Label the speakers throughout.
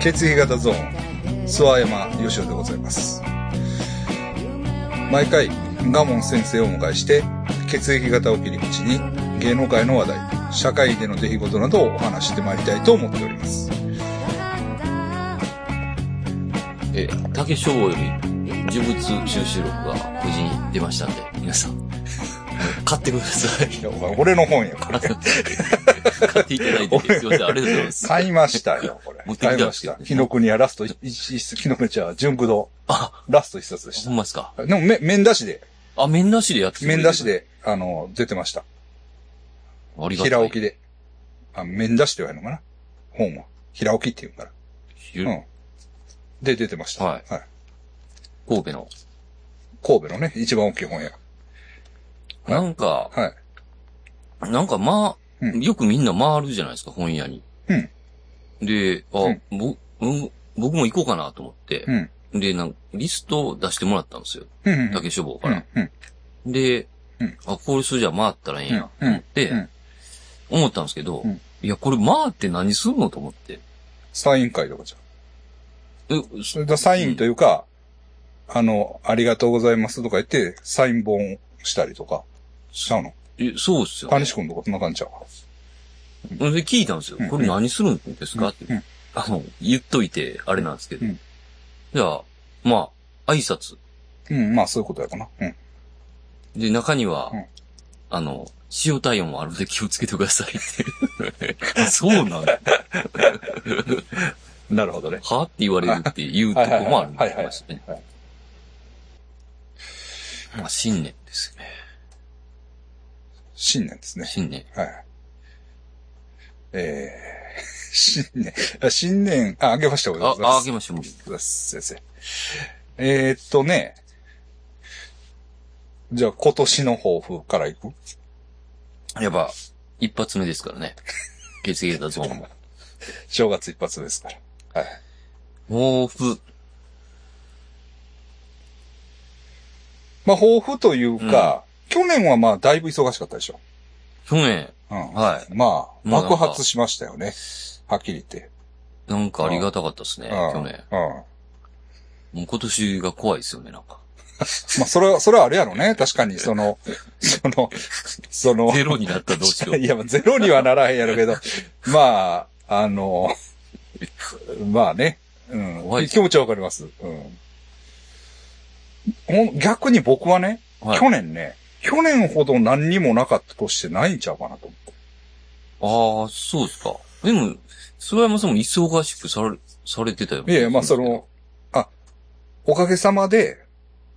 Speaker 1: 血液型ゾーン諏訪山義雄でございます毎回賀門先生をお迎えして血液型を切り口に芸能界の話題社会での出来事などをお話ししてまいりたいと思っております
Speaker 2: えー、竹書房より呪物収集録が無事に出ましたんで、皆さん、 買ってください。
Speaker 1: いやお前俺の本やから
Speaker 2: 買っていただいて、すいません、ありがとうございます。
Speaker 1: 買いましたよこれ
Speaker 2: 持ってきたん
Speaker 1: 買いま
Speaker 2: です
Speaker 1: し
Speaker 2: けど
Speaker 1: た紀ノ国屋ラスト一一室紀ノ国屋純駆動
Speaker 2: あ、
Speaker 1: ラスト一冊でし
Speaker 2: ほんまですか。
Speaker 1: たでもめ面出しで
Speaker 2: あ、面なしでやってくれて
Speaker 1: 面
Speaker 2: る
Speaker 1: 出し。であの出てました
Speaker 2: ありがとう。
Speaker 1: 平置きであ面出しって言われるのかな本は平置きって言うから
Speaker 2: ゆ
Speaker 1: うん。で、出てました。
Speaker 2: はい神戸の。
Speaker 1: 神戸のね、一番大きい本屋。はい
Speaker 2: なんか、
Speaker 1: はい。
Speaker 2: なんかまあ、
Speaker 1: うん
Speaker 2: よくみんな回るじゃないですか、本屋に。
Speaker 1: うん
Speaker 2: で、あ、
Speaker 1: うん
Speaker 2: ぼ、うん僕も行こうかなと思って
Speaker 1: う、ん。
Speaker 2: で、なんか、リストを出してもらったんですよ。
Speaker 1: うんうん。
Speaker 2: 竹書房か
Speaker 1: う
Speaker 2: ら
Speaker 1: ん。。うん。
Speaker 2: で、
Speaker 1: うん
Speaker 2: あ、これそれじゃあ回ったらええんや、
Speaker 1: う
Speaker 2: と
Speaker 1: ん
Speaker 2: 思って、
Speaker 1: うん
Speaker 2: 思ったんですけど、
Speaker 1: うん
Speaker 2: いや、これ回って何すんのと思って。
Speaker 1: サイン会とかじゃん。
Speaker 2: え、
Speaker 1: そ
Speaker 2: そ
Speaker 1: れだサインというか、あの、ありがとうございますとか言って、サイン本したりとか、しちゃうの。
Speaker 2: えそうっすよ、
Speaker 1: パ
Speaker 2: ね
Speaker 1: ニシ。君とかそんな感じちゃうか。
Speaker 2: で、聞いたんですよ
Speaker 1: うん。
Speaker 2: これ何するんですかって
Speaker 1: うんうん。
Speaker 2: あの、言っといて、あれなんですけど
Speaker 1: うん。
Speaker 2: じゃあ、まあ、挨拶。
Speaker 1: うん、まあそういうことやかな。うん。
Speaker 2: で、中には
Speaker 1: うん、
Speaker 2: あの、塩体温もあるので気をつけてくだ さいって。あそうなんだ。
Speaker 1: なるほどね。
Speaker 2: はって言われるっていうとこもあるん
Speaker 1: はいはいはい
Speaker 2: ですね
Speaker 1: はいはい。
Speaker 2: まあ、信念ですよね。
Speaker 1: 新年ですね。
Speaker 2: 信念。
Speaker 1: はい。えー、 新年、あ新年、あ、あげましたおめでと
Speaker 2: あ
Speaker 1: う、ござい
Speaker 2: あ
Speaker 1: ま
Speaker 2: あ
Speaker 1: す
Speaker 2: げ。ましょう。もう
Speaker 1: ください、先生。えー、っとね。じゃあ、今年の抱負からいく
Speaker 2: やっぱ、一発目ですからね。血液型ゾーンも。
Speaker 1: 正月一発ですから。
Speaker 2: 抱負。
Speaker 1: まあ、抱負というか、去年はまあ、だいぶ忙しかったでしょ。
Speaker 2: 去年、
Speaker 1: うん。
Speaker 2: は
Speaker 1: まあ、
Speaker 2: もうなん
Speaker 1: 爆
Speaker 2: か
Speaker 1: 発しましたよね。はっきり言って。
Speaker 2: い。なんかありがたかったですね、
Speaker 1: うん。
Speaker 2: 去年。
Speaker 1: うん。ま
Speaker 2: もう今年が怖いですよね、なんか。
Speaker 1: あ、それは、それはあれやろね。確かに、そ の、その、その、
Speaker 2: ゼロになったらどうしよ
Speaker 1: いや、まあゼロにはならへんやろ けど、まあ、あの、まあね。うん。
Speaker 2: 怖い
Speaker 1: 気持ちはわかります。うん。ほん逆に僕はね、
Speaker 2: う。はい。あ
Speaker 1: 去年ね、去年ほど何にもなかったとしてないんちゃうかなと思って。
Speaker 2: あー、そうですか。でも、諏訪山さんも忙しくされ、されてたよ。
Speaker 1: いやいや、まあその、あ、おかげさまで、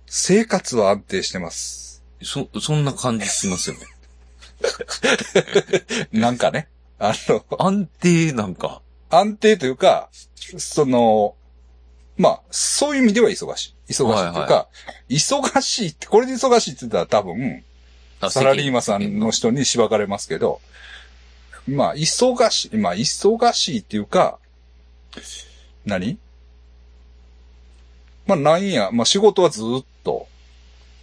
Speaker 1: 生活は安定してます。
Speaker 2: そ、そんな感じしますよね。
Speaker 1: なんかね。あの、
Speaker 2: 安定なんか。
Speaker 1: 安定というか、その、まあ、そういう意味では忙しい。忙しいというか、
Speaker 2: はいは
Speaker 1: 忙しいって、これで忙しいって言ったら多分、
Speaker 2: あ
Speaker 1: サラリーマンさんの。人にしばかれますけど、まあ、忙しい、まあ、忙しいっていうか、何まあ、なんや、まあ、仕事はずっと、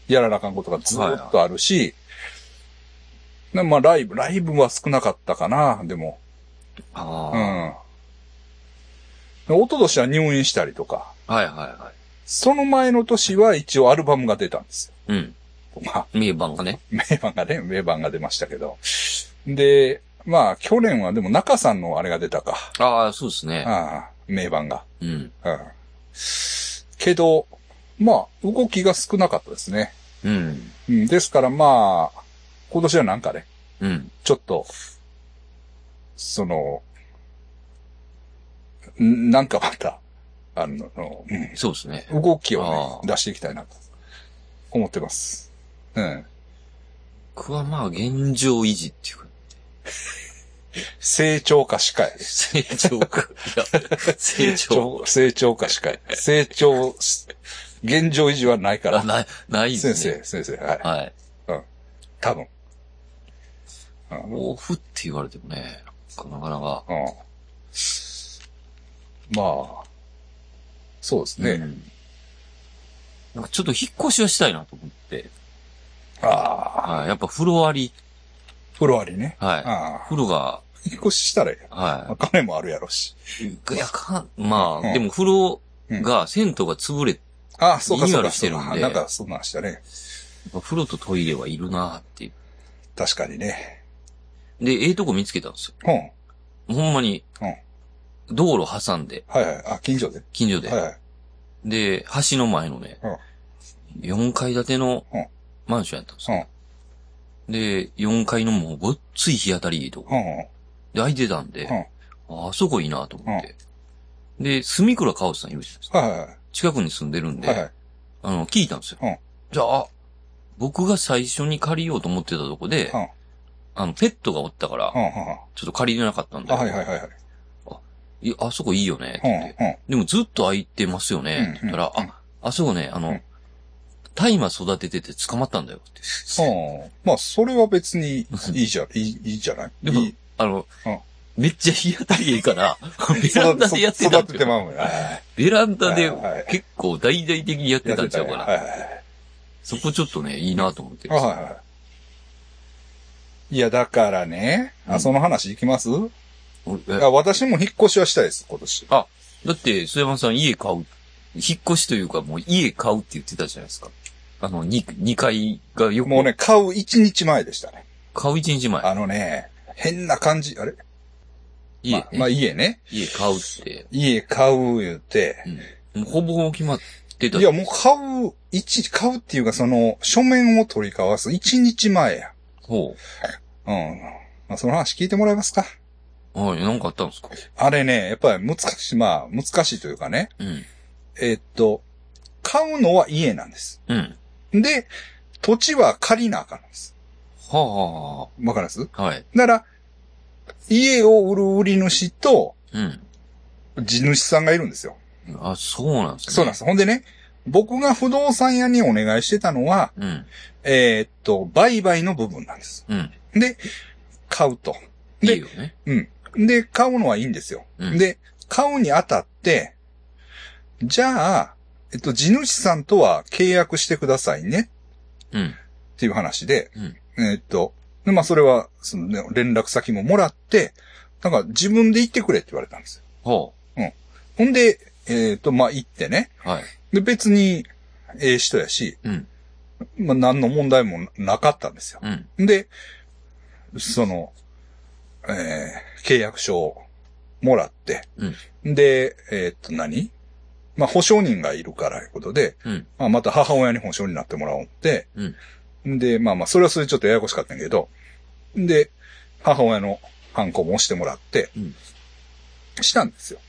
Speaker 1: やらなあかんことがずっとあるし、なまあ、ライブ、ライブは少なかったかな、でも。
Speaker 2: あ
Speaker 1: う
Speaker 2: あ、
Speaker 1: ん。一昨年は入院したりとか、
Speaker 2: はいはいは
Speaker 1: その前の年は一応アルバムが出たんです
Speaker 2: い。うん。
Speaker 1: よ。まあ、
Speaker 2: 名盤がね。
Speaker 1: 名盤がね、名盤が出ましたけど。で、まあ、去年はでも中さんのあれが出たか。
Speaker 2: ああ、そうですね。
Speaker 1: ああ、名盤が。
Speaker 2: うん。
Speaker 1: うん。けど、まあ、動きが少なかったですね。
Speaker 2: うん。
Speaker 1: うん、ですからまあ、今年はなんかね、
Speaker 2: うん。
Speaker 1: ちょっと、その、んなんかまた、あの、うん
Speaker 2: そうですね。
Speaker 1: 動きをね、
Speaker 2: あ
Speaker 1: 出していきたいなと思ってます。うん。
Speaker 2: 僕はまあ、現状維持っていうか、
Speaker 1: 成長か司会。
Speaker 2: 成長か。い や、成長。
Speaker 1: 長成長か司会。成長し、現状維持はないか
Speaker 2: あ
Speaker 1: ら。
Speaker 2: ない、ないですね。
Speaker 1: 先生、先生、はい。
Speaker 2: はい。
Speaker 1: 多分。うん。うん
Speaker 2: 抱負って言われてもね、なかなか。
Speaker 1: まあ、そうです
Speaker 2: う
Speaker 1: ね。
Speaker 2: んなんかちょっと引っ越しはしたいなと思って。
Speaker 1: ああ、
Speaker 2: はい。やっぱ風呂あり。
Speaker 1: フロアリね。
Speaker 2: はい。
Speaker 1: ああ、
Speaker 2: 風呂が
Speaker 1: 引っ越ししたらええやんま
Speaker 2: は
Speaker 1: あ。金もあるやろし。
Speaker 2: い。いや、か、ま
Speaker 1: うん
Speaker 2: あ、でも風呂が、銭湯が潰れ、
Speaker 1: ああ、そうか、そう
Speaker 2: リニューア
Speaker 1: か、
Speaker 2: ルして
Speaker 1: そう
Speaker 2: るん
Speaker 1: か。
Speaker 2: で
Speaker 1: なんか、そんなんしたね。
Speaker 2: 風呂とトイレはいるなっていう。
Speaker 1: 確かにね。
Speaker 2: で、ええとこ見つけたんです
Speaker 1: うん。はい
Speaker 2: よ。ほんまに
Speaker 1: うん、
Speaker 2: 道路挟んで、
Speaker 1: はい。あ、近所で。
Speaker 2: 近所で
Speaker 1: は。いはい。
Speaker 2: で、橋の前のね、4階建ての
Speaker 1: うん
Speaker 2: マンションやったんですよ。で、4階のもうごっつい日当たりいいとこ。
Speaker 1: うん。うん。うん
Speaker 2: で、空いてたんで、ああそこいいなと思って。で、住倉かおさんいるじゃないですか。
Speaker 1: はいは
Speaker 2: 近くに住んでるん
Speaker 1: い。はいは
Speaker 2: で、
Speaker 1: い。
Speaker 2: あの、聞いたんですよ
Speaker 1: うん。
Speaker 2: じゃあ、僕が最初に借りようと思ってたとこで
Speaker 1: うん、
Speaker 2: あの、ペットがおったから
Speaker 1: う、ん。うん。うん
Speaker 2: ちょっと借りれなかったん
Speaker 1: あ、
Speaker 2: だ
Speaker 1: はい
Speaker 2: け
Speaker 1: はいはいはい。
Speaker 2: どいや、あそこいいよねって
Speaker 1: う
Speaker 2: 言って。
Speaker 1: ん。うん。
Speaker 2: でもずっと空いてますよ
Speaker 1: うん
Speaker 2: ね。って言ったら、
Speaker 1: うん
Speaker 2: あ、あそこね、あ
Speaker 1: う
Speaker 2: の
Speaker 1: ん、
Speaker 2: 大麻育ててて捕まったんだよって。
Speaker 1: うんまあ、それは別にいいじゃ、いい、いいじゃない
Speaker 2: でも
Speaker 1: いい、
Speaker 2: あの
Speaker 1: うん、
Speaker 2: めっちゃ日当たりいい から、ベランダでやって
Speaker 1: 育
Speaker 2: た
Speaker 1: て
Speaker 2: ん
Speaker 1: 育て
Speaker 2: ちゃ
Speaker 1: て
Speaker 2: う
Speaker 1: まうもんや。はい
Speaker 2: ベランダで
Speaker 1: はいはい
Speaker 2: 結構大々的にやって
Speaker 1: や
Speaker 2: たん
Speaker 1: て
Speaker 2: ちゃうか
Speaker 1: や
Speaker 2: な
Speaker 1: は。いはいはい。
Speaker 2: そこちょっとね、いいなと思ってる
Speaker 1: あはいはい。いや、だからね。
Speaker 2: う
Speaker 1: あ、
Speaker 2: ん
Speaker 1: その話いきます、
Speaker 2: 俺え
Speaker 1: あ私も引っ越しはしたいです、今年。
Speaker 2: だって、須山さん家買う、引っ越しというかもう家買うって言ってたじゃないですか。あの、2、二階がよく、
Speaker 1: もうね、買う1日前でしたね。
Speaker 2: 買う1日前。
Speaker 1: あのね、変な感じ、あれ
Speaker 2: 家
Speaker 1: まあ、まあ
Speaker 2: ね、
Speaker 1: 家ね。
Speaker 2: 家買うって。
Speaker 1: 家買う言うて、
Speaker 2: もうほぼほぼ決まってた
Speaker 1: い。や、もう買う、一、買うっていうか、その、書面を取り交わす1日前や。
Speaker 2: ほ
Speaker 1: うん。まあ、その話聞いてもらえますか
Speaker 2: う。はい、なんかあったんですか
Speaker 1: あれね、やっぱり難しい、まあ、難しいというかね。
Speaker 2: うん。
Speaker 1: えっと、買うのは家なんです。
Speaker 2: うん。は
Speaker 1: で、土地は借りなあかんんです。
Speaker 2: あは
Speaker 1: わかります
Speaker 2: あはあ、はい。
Speaker 1: なら、家を売る売り主と
Speaker 2: うん。
Speaker 1: 地主さんがいるんですよ。
Speaker 2: あ、そうなんですね。。
Speaker 1: そうなんですす。ほんでね、僕が不動産屋にお願いしてたのは、
Speaker 2: うん。
Speaker 1: えーっと、売買の部分なんです。
Speaker 2: うん。
Speaker 1: で、買うと。
Speaker 2: い
Speaker 1: で
Speaker 2: いよね。
Speaker 1: で、買うのはいいんですよ。
Speaker 2: うん
Speaker 1: で、買うにあたって、じゃあ、えっと、地主さんとは契約してくださいね
Speaker 2: うん。
Speaker 1: っていう話で、
Speaker 2: うん
Speaker 1: えーっと、でまあ、それは、その、ね、連絡先ももらって、なんか自分で行ってくれって言われたんですよ。
Speaker 2: ほ
Speaker 1: ほんで、えーっと、まあ、行ってね。
Speaker 2: う。はい。
Speaker 1: で、別に、ええ人やし、
Speaker 2: うん。
Speaker 1: まあ、何の問題もなかったんですよ。
Speaker 2: うん。
Speaker 1: で、その、えー契約書をもらって、で、えーっと何、まあ、保証人がいるからいうことで、
Speaker 2: うん。
Speaker 1: まあ、また母親に保証になってもらおうって、で、まあまあ、それはそれでちょっとややこしかったんやけど、で、母親のハンコも押してもらって、
Speaker 2: うん
Speaker 1: したんですよ。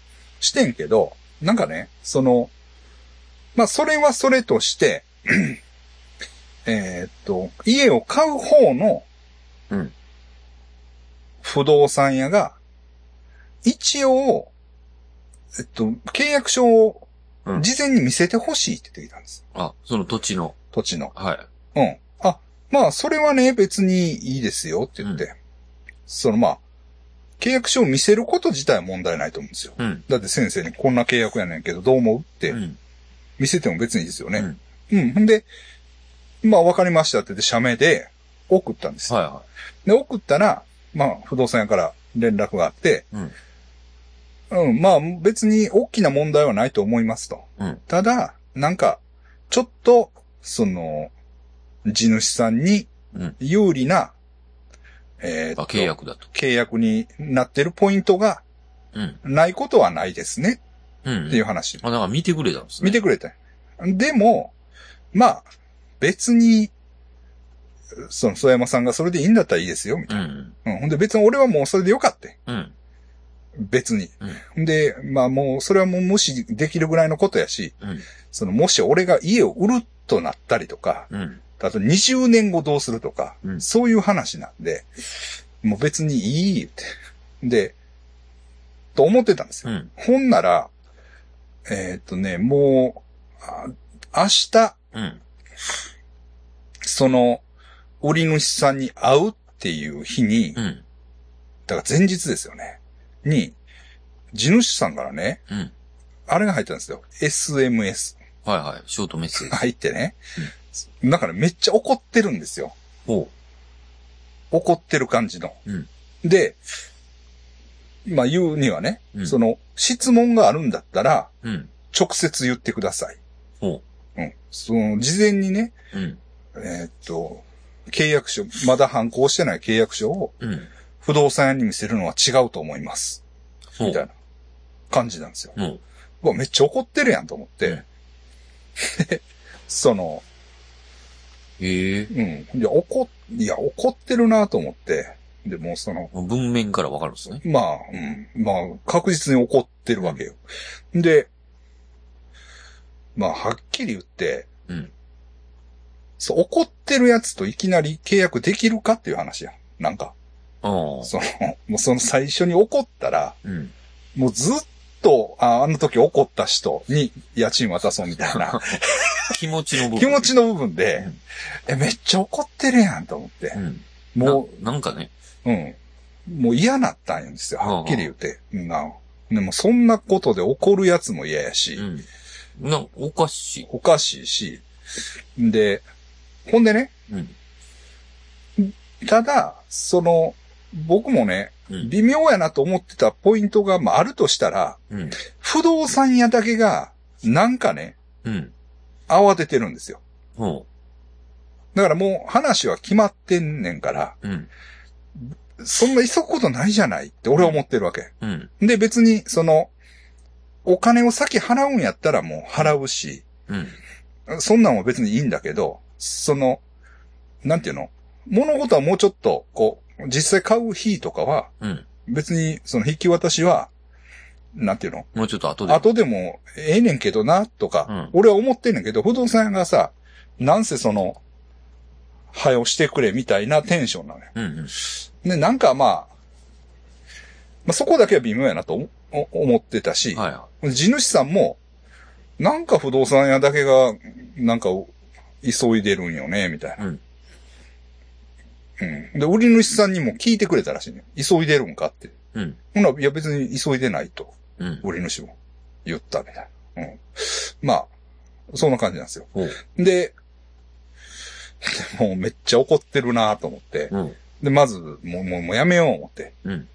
Speaker 1: してんけど、なんかね、その、まあ、それはそれとして、 えーっと、家を買う方の
Speaker 2: うん。
Speaker 1: 不動産屋が、一応、えっと、契約書を
Speaker 2: うん。
Speaker 1: 事前に見せてほしいって言ってきたんです。
Speaker 2: あ、その土地の。
Speaker 1: 土地の。
Speaker 2: はい。
Speaker 1: うん。あ、まあ、それはね、別にいいですよって言って。その、まあ、契約書を見せること自体は問題ないと思うんですよ。
Speaker 2: うん。
Speaker 1: だって先生にこんな契約やねんけど、どう思うっ
Speaker 2: う
Speaker 1: て
Speaker 2: ん。
Speaker 1: 見せても別にいいですよね。うん。ほんで、まあ、わかりましたって言って、社名で送ったんですよ。
Speaker 2: はいは
Speaker 1: で、送ったら、まあ、不動産屋から連絡があって、
Speaker 2: い。うん。
Speaker 1: うん、まあ、別に大きな問題はないと思いますと。
Speaker 2: うん
Speaker 1: ただ、なんか、ちょっと、その、地主さんに
Speaker 2: うん。
Speaker 1: 有利な、えーっ
Speaker 2: あ、
Speaker 1: と
Speaker 2: 契約だと。
Speaker 1: 契約になってるポイントが
Speaker 2: うん。
Speaker 1: ないことはないですね
Speaker 2: うん。
Speaker 1: っていう話。
Speaker 2: あ、だから見てくれたんですね。
Speaker 1: 見てくれて。でも、まあ、別に、その、曽山さんがそれでいいんだったらいいですよ、みた
Speaker 2: う
Speaker 1: い
Speaker 2: ん。
Speaker 1: な。うん。ほんで別に俺はもうそれでよかった。
Speaker 2: うん。
Speaker 1: 別に。
Speaker 2: うん
Speaker 1: ほん、で、まあもう、それはもう無視できるぐらいのことやし、
Speaker 2: うん。
Speaker 1: その、もし俺が家を売るとなったりとか、
Speaker 2: うん。
Speaker 1: あと20年後どうするとか、
Speaker 2: うん
Speaker 1: そういう話なんで、もう別にいいって。で、と思ってたんですよ。
Speaker 2: うん。
Speaker 1: ほんなら、えーっとね、もう、あ明日、
Speaker 2: うん。
Speaker 1: その、売り主さんに会うっていう日に、
Speaker 2: うん。
Speaker 1: だから前日ですよね、に、地主さんからね、
Speaker 2: うん。
Speaker 1: あれが入ったんですよ。SMS
Speaker 2: はいはい。ショートメッセージ。
Speaker 1: 入ってね。だからめっちゃ怒ってるんですよ。
Speaker 2: ほ
Speaker 1: 怒ってる感じの。
Speaker 2: うん
Speaker 1: で、まあ言うにはね、
Speaker 2: うん
Speaker 1: その、質問があるんだったら、
Speaker 2: うん。
Speaker 1: 直接言ってください。
Speaker 2: ほ
Speaker 1: うん。その、事前にね、
Speaker 2: う。うん。
Speaker 1: えーっと、契約書、まだ反抗してない契約書を
Speaker 2: うん。
Speaker 1: 不動産屋に見せるのは違うと思います。
Speaker 2: ほう。
Speaker 1: みたいな感じなんですよ。
Speaker 2: ほう。
Speaker 1: うわめっちゃ怒ってるやんと思って。
Speaker 2: うん
Speaker 1: で その、
Speaker 2: ええ。
Speaker 1: うん。いや、怒っ、いや、怒ってるなと思って。で、もうその、
Speaker 2: 文面からわかるんですね。
Speaker 1: まあ、うん。まあ、確実に怒ってるわけよ。で、まあ、はっきり言って、
Speaker 2: うん。
Speaker 1: そう、怒ってるやつといきなり契約できるかっていう話やん。なんか、
Speaker 2: ああ。
Speaker 1: その、もうその最初に怒ったら、
Speaker 2: うん。
Speaker 1: もうずっと、ああの時怒った人に家賃渡そうみたいな
Speaker 2: 気持ちの部分。
Speaker 1: 気持ちの部分で
Speaker 2: うん、
Speaker 1: え、めっちゃ怒ってるやんと思って
Speaker 2: う、ん。
Speaker 1: も
Speaker 2: もう。なんかね。
Speaker 1: う、うん。もう嫌なったんですよ、はっきり言って。うんなでもそんなことで怒るやつも嫌やし、
Speaker 2: うん。なん、おかしい。
Speaker 1: おかしいし、で、ほんでね、
Speaker 2: うん。
Speaker 1: ただ、その、僕もね、
Speaker 2: うん。
Speaker 1: 微妙やなと思ってたポイントが、まあ、あるとしたら、
Speaker 2: うん。
Speaker 1: 不動産屋だけが、なんかね、
Speaker 2: うん。
Speaker 1: 慌ててるんですよ。
Speaker 2: ほ
Speaker 1: だからもう話は決まってんねんから、
Speaker 2: う。うん。
Speaker 1: そんな急ぐことないじゃないって俺は思ってるわけ。
Speaker 2: うん。
Speaker 1: で、別に、その、お金を先払うんやったらもう払うし、
Speaker 2: うん。
Speaker 1: そんなんは別にいいんだけど、その、なんていうの物事はもうちょっと、こう、実際買う日とかは、
Speaker 2: うん。
Speaker 1: 別に、その引き渡しは、なんていうの
Speaker 2: もうちょっと後で。
Speaker 1: 後でもええねんけどな、とか、
Speaker 2: うん
Speaker 1: 俺は思ってんねんけど、不動産屋がさ、なんせその、はよしてくれみたいなテンションなのよ。
Speaker 2: うん。うん。
Speaker 1: で、なんかまあ、まあそこだけは微妙やなと思お思ってたし、
Speaker 2: はいは
Speaker 1: 地主さんも、なんか不動産屋だけが、なんか、急いでるんよね、みたいな。
Speaker 2: うん
Speaker 1: うん。で、売り主さんにも聞いてくれたらしいね。急いでるんかって。
Speaker 2: い。うん。
Speaker 1: ほな、いや別に急いでないと、
Speaker 2: うん。
Speaker 1: 売り主も言ったみたいな。うん。まあ、そんな感じなんですよ。
Speaker 2: ほう。
Speaker 1: で、 でもうめっちゃ怒ってるなと思って。
Speaker 2: うん。
Speaker 1: で、まず、もう、もう、もうやめよう思って。
Speaker 2: うん。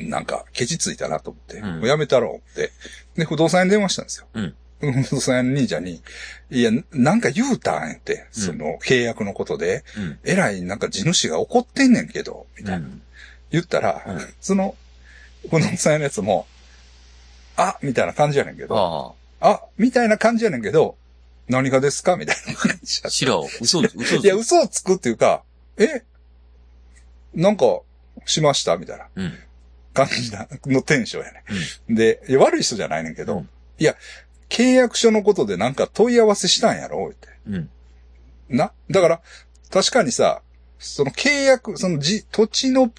Speaker 1: なんか、ケチついたなと思って。
Speaker 2: うん
Speaker 1: もうやめたろう思って。で、不動産屋に電話したんですよ。
Speaker 2: うん
Speaker 1: 不動産屋の兄ちゃんに、いや、なんか言うたんやって、その、契約のことで、
Speaker 2: うん。
Speaker 1: えらい、なんか地主が怒ってんねんけど、みたいな。
Speaker 2: うん。
Speaker 1: 言ったら、
Speaker 2: うん
Speaker 1: その、不動産屋のやつも、あみたいな感じやねんけど、あ
Speaker 2: あ
Speaker 1: みたいな感じやねんけど、何がですかみたいな感じ
Speaker 2: あ。
Speaker 1: や
Speaker 2: シラを、嘘を、嘘を。
Speaker 1: いや、嘘をつくっていうか、えなんか、しましたみたいな。
Speaker 2: うん。
Speaker 1: 感じな、 のテンションやね。で、いや悪い人じゃないねんけど、
Speaker 2: うん
Speaker 1: いや、契約書のことでなんか問い合わせしたんやろって。
Speaker 2: うん。
Speaker 1: な。だから、確かにさ、その契約、そのじ、土地の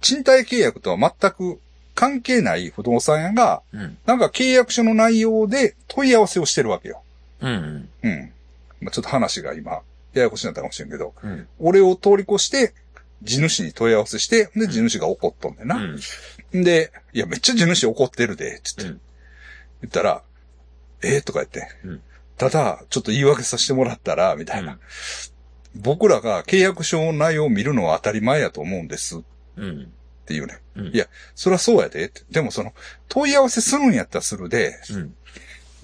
Speaker 1: 賃貸契約とは全く関係ない不動産屋が、
Speaker 2: うん。
Speaker 1: なんか契約書の内容で問い合わせをしてるわけよ。
Speaker 2: うん。
Speaker 1: うん。まあ、ちょっと話が今、ややこしになったかもしれんけど、
Speaker 2: うん。
Speaker 1: 俺を通り越して、地主に問い合わせして、で、地主が怒っとんねんな。
Speaker 2: うん。
Speaker 1: で、いや、めっちゃ地主怒ってるで、つって。
Speaker 2: うん
Speaker 1: 言ったら、えー、とか言って。
Speaker 2: うん
Speaker 1: ただ、ちょっと言い訳させてもらったら、みたいな。僕らが契約書の内容を見るのは当たり前やと思うんです
Speaker 2: うん。
Speaker 1: っていうね。
Speaker 2: うん。
Speaker 1: いや、そりゃそうやでって。でもその、問い合わせするんやったらするで、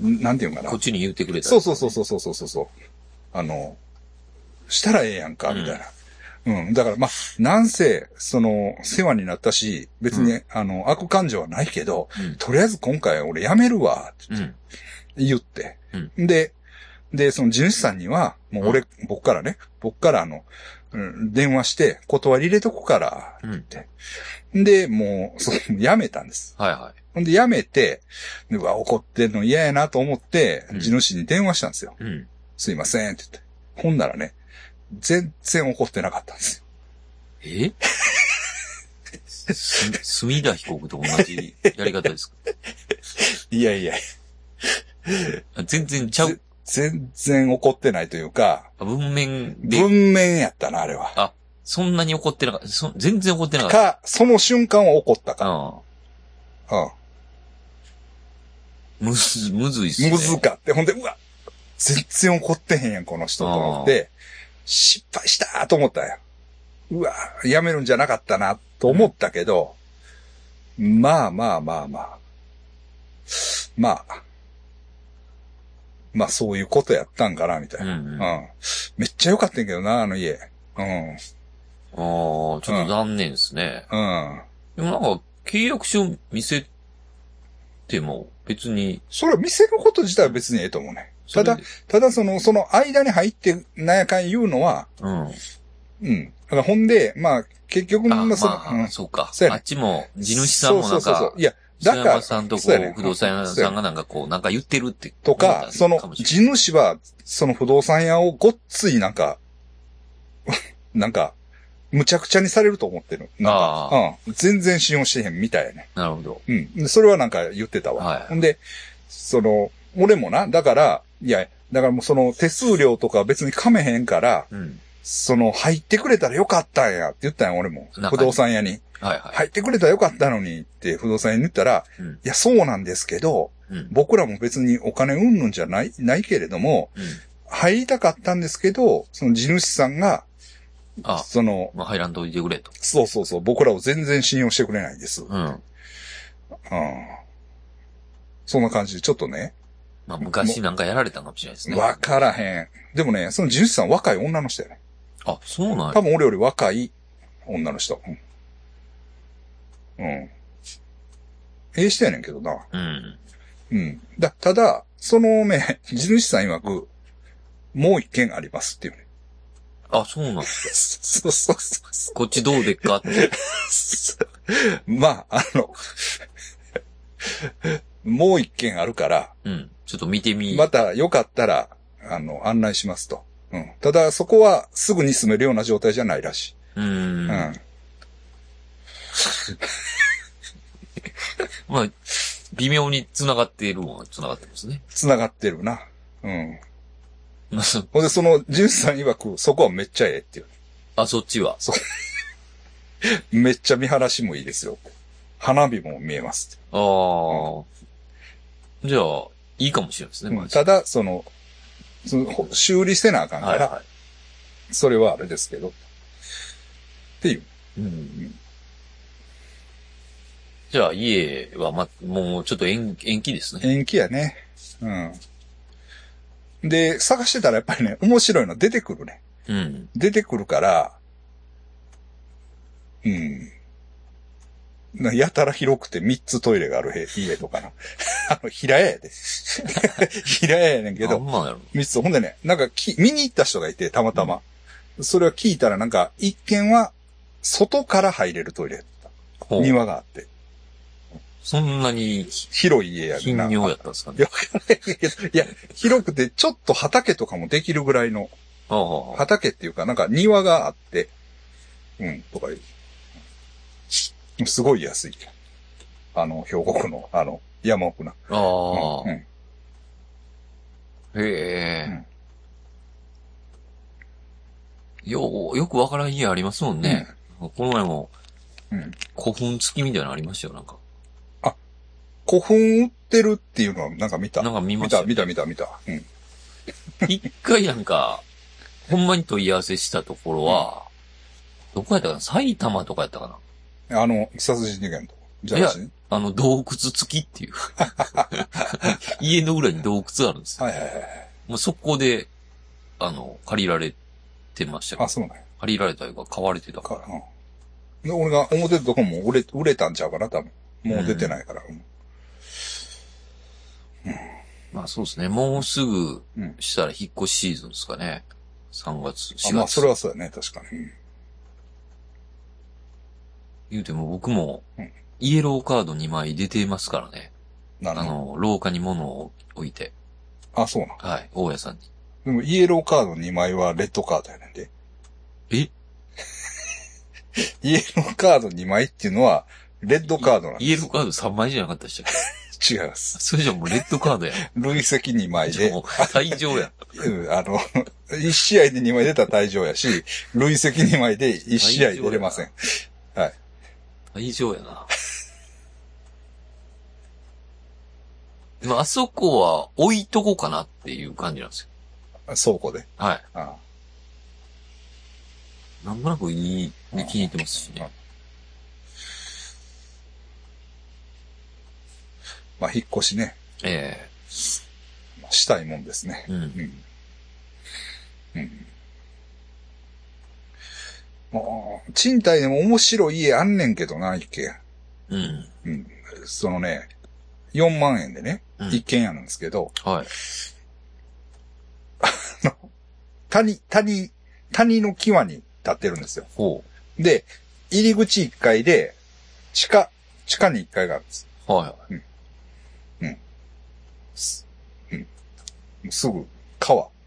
Speaker 2: うん。
Speaker 1: んなんていうんかな
Speaker 2: こっ。ちに言ってくれた。
Speaker 1: そうそうそうそうそうそうそうそう。あの、したらええやんか、
Speaker 2: うん
Speaker 1: みたいな。うん。だから、まあ、なんせ、その、世話になったし、別に、
Speaker 2: う
Speaker 1: あの、悪感情はないけど、
Speaker 2: うん
Speaker 1: とりあえず今回俺辞めるわ、って
Speaker 2: うん。
Speaker 1: 言って。で、で、その地主さんには、もう俺、僕からね、僕からあの、うん電話して、断り入れとくから、
Speaker 2: うん。
Speaker 1: で、もう、そう、辞めたんです。
Speaker 2: はいは
Speaker 1: ほんで、辞めて、でうわ、怒ってんの嫌やなと思って
Speaker 2: う、ん
Speaker 1: 地主に電話したんですよ。
Speaker 2: い。うん。
Speaker 1: すいませんって言って。ほんならね、全然怒ってなかったんですよ。
Speaker 2: えす、 墨田被告と同じやり方ですか
Speaker 1: いやいや、
Speaker 2: あ全然ちゃう。
Speaker 1: 全然怒ってないというか、
Speaker 2: あ文面で、
Speaker 1: 文面やったな、あれは。
Speaker 2: そんなに怒ってなかった。そ全然怒ってなかっ
Speaker 1: か、その瞬間は怒った
Speaker 2: た。
Speaker 1: か。
Speaker 2: ああ
Speaker 1: うん。
Speaker 2: むず、むずいっすね。
Speaker 1: むずかって。ほんで、うわ、全然怒ってへんやん、この人と思って、失敗したと思ったんや。うわ、やめるんじゃなかったな、と思ったけど、まあまあまあまあ。まあ。まあそういうことやったんかな、みたいな。
Speaker 2: うんうん
Speaker 1: うん。めっちゃ良かったんやけどな、あの家。うん。
Speaker 2: ああ、ちょっと残念ですね。
Speaker 1: うん。
Speaker 2: でもなんか、契約書見せても別に、
Speaker 1: それを見せること自体は別にええと思うね。
Speaker 2: そ
Speaker 1: ただ
Speaker 2: れで、
Speaker 1: ただその、その間に入ってなんやかん言うのは、
Speaker 2: うん。
Speaker 1: うん。だからほんで、まあ、結局、
Speaker 2: あ、
Speaker 1: まあ、その、
Speaker 2: ま
Speaker 1: うん
Speaker 2: あ、そうか。
Speaker 1: そうやね
Speaker 2: あっちも、地主さんもなん
Speaker 1: そうそうそう
Speaker 2: か
Speaker 1: そう。、いや、だ
Speaker 2: 品
Speaker 1: から、
Speaker 2: 川さんとこ
Speaker 1: そうやね
Speaker 2: う、不動産屋さんがなんかこう、なんか言ってるって。
Speaker 1: とか、その、地主は、その不動産屋をごっついなんか、 なんか、むちゃくちゃにされると思ってる。なんか、うん。全然信用してへんみたいやね。
Speaker 2: なるほど。
Speaker 1: うんで。それはなんか言ってたわ。
Speaker 2: はい
Speaker 1: ほんで、その、俺もな、だから、いや、だからもうその手数料とかは別に噛めへんから、
Speaker 2: うん。
Speaker 1: その、入ってくれたらよかったんやって言ったんや、俺も
Speaker 2: 中。に
Speaker 1: 不動産屋に。
Speaker 2: はいはい。
Speaker 1: 入ってくれたらよかったのにって不動産屋に言ったら、
Speaker 2: うん
Speaker 1: いや、そうなんですけど、
Speaker 2: うん。
Speaker 1: 僕らも別にお金うんぬんじゃない、ないけれども、
Speaker 2: うん。
Speaker 1: 入りたかったんですけど、その地主さんが、
Speaker 2: あ、
Speaker 1: その、
Speaker 2: まあ、入らんといてくれと。
Speaker 1: そうそうそう、僕らを全然信用してくれないんです。うん。
Speaker 2: うん。
Speaker 1: そんな感じで、ちょっとね、
Speaker 2: まあ、昔なんかやられたかもしれないですね。
Speaker 1: わからへん。でもね、その地主さん若い女の人やね。
Speaker 2: あ、そうなん
Speaker 1: 多
Speaker 2: や。
Speaker 1: 分俺より若い女の人。うん。うん。ええ人やねんけどな。
Speaker 2: うん。
Speaker 1: うん。だ、ただ、そのね、 地主さん曰く、もう一件ありますっていうね。
Speaker 2: あ、そう
Speaker 1: そう
Speaker 2: なん。
Speaker 1: そうそうそう。
Speaker 2: こっちどうでっ かって。
Speaker 1: まあ、あの、 もう一件あるから、
Speaker 2: うん。ちょっと見てみ。
Speaker 1: またよかったら、あの、案内しますと。うん。ただ、そこはすぐに住めるような状態じゃないらし
Speaker 2: う
Speaker 1: い。
Speaker 2: ん。
Speaker 1: うん。
Speaker 2: まあ、微妙に繋がっているもんは繋がってますね。
Speaker 1: 繋がってるな。うん。
Speaker 2: まあそ
Speaker 1: ほんで、その、ジュンさん曰く、そこはめっちゃええっていう。
Speaker 2: あ、そっちは。
Speaker 1: めっちゃ見晴らしもいいですよ。花火も見えます
Speaker 2: ああ。じゃあ、いいかもしれないです
Speaker 1: っ
Speaker 2: ね、
Speaker 1: て。
Speaker 2: まあ
Speaker 1: ただ、その、そのほ修理せなあかんか
Speaker 2: はい
Speaker 1: ら、
Speaker 2: は
Speaker 1: それはあれですけど。っていう。
Speaker 2: い。うん。じゃあ、家は、ま、もうちょっと延延期ですね。
Speaker 1: 延期やね。うん。で、探してたらやっぱりね、面白いの出てくるね。
Speaker 2: うん。
Speaker 1: 出てくるから、うん。なやたら広くて3つトイレがあるへ家とかな。あの、 平屋やで。 平屋やねんけ
Speaker 2: あん
Speaker 1: ど、
Speaker 2: まやろ。
Speaker 1: 3つ。ほんでね、なんかき、見に行った人がいて、たまたま。それを聞いたらなんか、一軒は、外から入れるトイレやった。
Speaker 2: ほう
Speaker 1: 庭があって。
Speaker 2: そんなに、
Speaker 1: 広い家やねん
Speaker 2: 頻
Speaker 1: な。
Speaker 2: 尿やったんですかね。
Speaker 1: よくないけど、 いや、広くてちょっと畑とかもできるぐらいの、
Speaker 2: ああ。
Speaker 1: 畑っていうかなんか庭があって、うん、とかいう。すごい安い。あの、兵庫区の、あの、山奥な。
Speaker 2: ああ
Speaker 1: うん。うん
Speaker 2: へえ。よう、よくわからん家ありますもんね。この前も、
Speaker 1: うん
Speaker 2: 古墳付きみたいなのありましたよ、なんか。
Speaker 1: 古墳売ってるっていうのはなんか見た。
Speaker 2: なんか見ま
Speaker 1: 見
Speaker 2: した
Speaker 1: た、
Speaker 2: よ。
Speaker 1: 見た、見た、見た。うん。
Speaker 2: 一回なんか、ほんまに問い合わせしたところは、どこやったかな埼玉とかやったかな
Speaker 1: あの、殺人事件と。じゃ
Speaker 2: いや
Speaker 1: あ、ね、
Speaker 2: あの、洞窟 付きっていう。家の裏に洞窟あるんですよ。
Speaker 1: はいはいはい。
Speaker 2: もうそこで、あの、借りられてましたけど
Speaker 1: あ、そうなんや。
Speaker 2: 借りられたというか、買われてたから
Speaker 1: か。うん。で、俺が思ってたとこも売れ、売れたんちゃうかな、多分。もう出てないから。うん
Speaker 2: まあそうですね。もうすぐ
Speaker 1: うん
Speaker 2: したら引っ越しシーズンですかね。3月、
Speaker 1: あ
Speaker 2: 4月。
Speaker 1: まあ、それはそうやね、確かに。うん
Speaker 2: 言うても僕も
Speaker 1: うん、
Speaker 2: イエローカード2枚出てますからね。
Speaker 1: なる
Speaker 2: あ
Speaker 1: ほど。
Speaker 2: の、廊下に物を置いて。
Speaker 1: あ、そうなん。
Speaker 2: はい。大家さんに。
Speaker 1: でも、イエローカード2枚はレッドカードやねんで。
Speaker 2: え
Speaker 1: イエローカード2枚っていうのは、レッドカードなんで
Speaker 2: イエローカード3枚じゃなかったでしたっけ
Speaker 1: す。違います。
Speaker 2: それじゃもうレッドカードや。
Speaker 1: 累積2枚で、
Speaker 2: もう退場や。
Speaker 1: うんあの、1試合で2枚出たら退場やし、累積2枚で1試合出れません。
Speaker 2: 退場や な。でもあそこは置いとこうかなっていう感じなんですよ。
Speaker 1: 倉庫で。
Speaker 2: はい。
Speaker 1: あ
Speaker 2: なんとなくいい、気に入ってますしね。
Speaker 1: まあ、引っ越しね、
Speaker 2: え
Speaker 1: したいもんですね
Speaker 2: え。うん。
Speaker 1: うん。うん。もう、賃貸でも面白い家あんねんけどな、一軒。
Speaker 2: うん。
Speaker 1: そのね、4万円でね、
Speaker 2: うん
Speaker 1: 一軒家なんですけど、
Speaker 2: はい。
Speaker 1: 谷、谷、谷の際に建ってるんですよ。
Speaker 2: ほ
Speaker 1: で、入り口1階で、地下、地下に1階があるんです。
Speaker 2: う。は
Speaker 1: すうん。もうすぐ、川。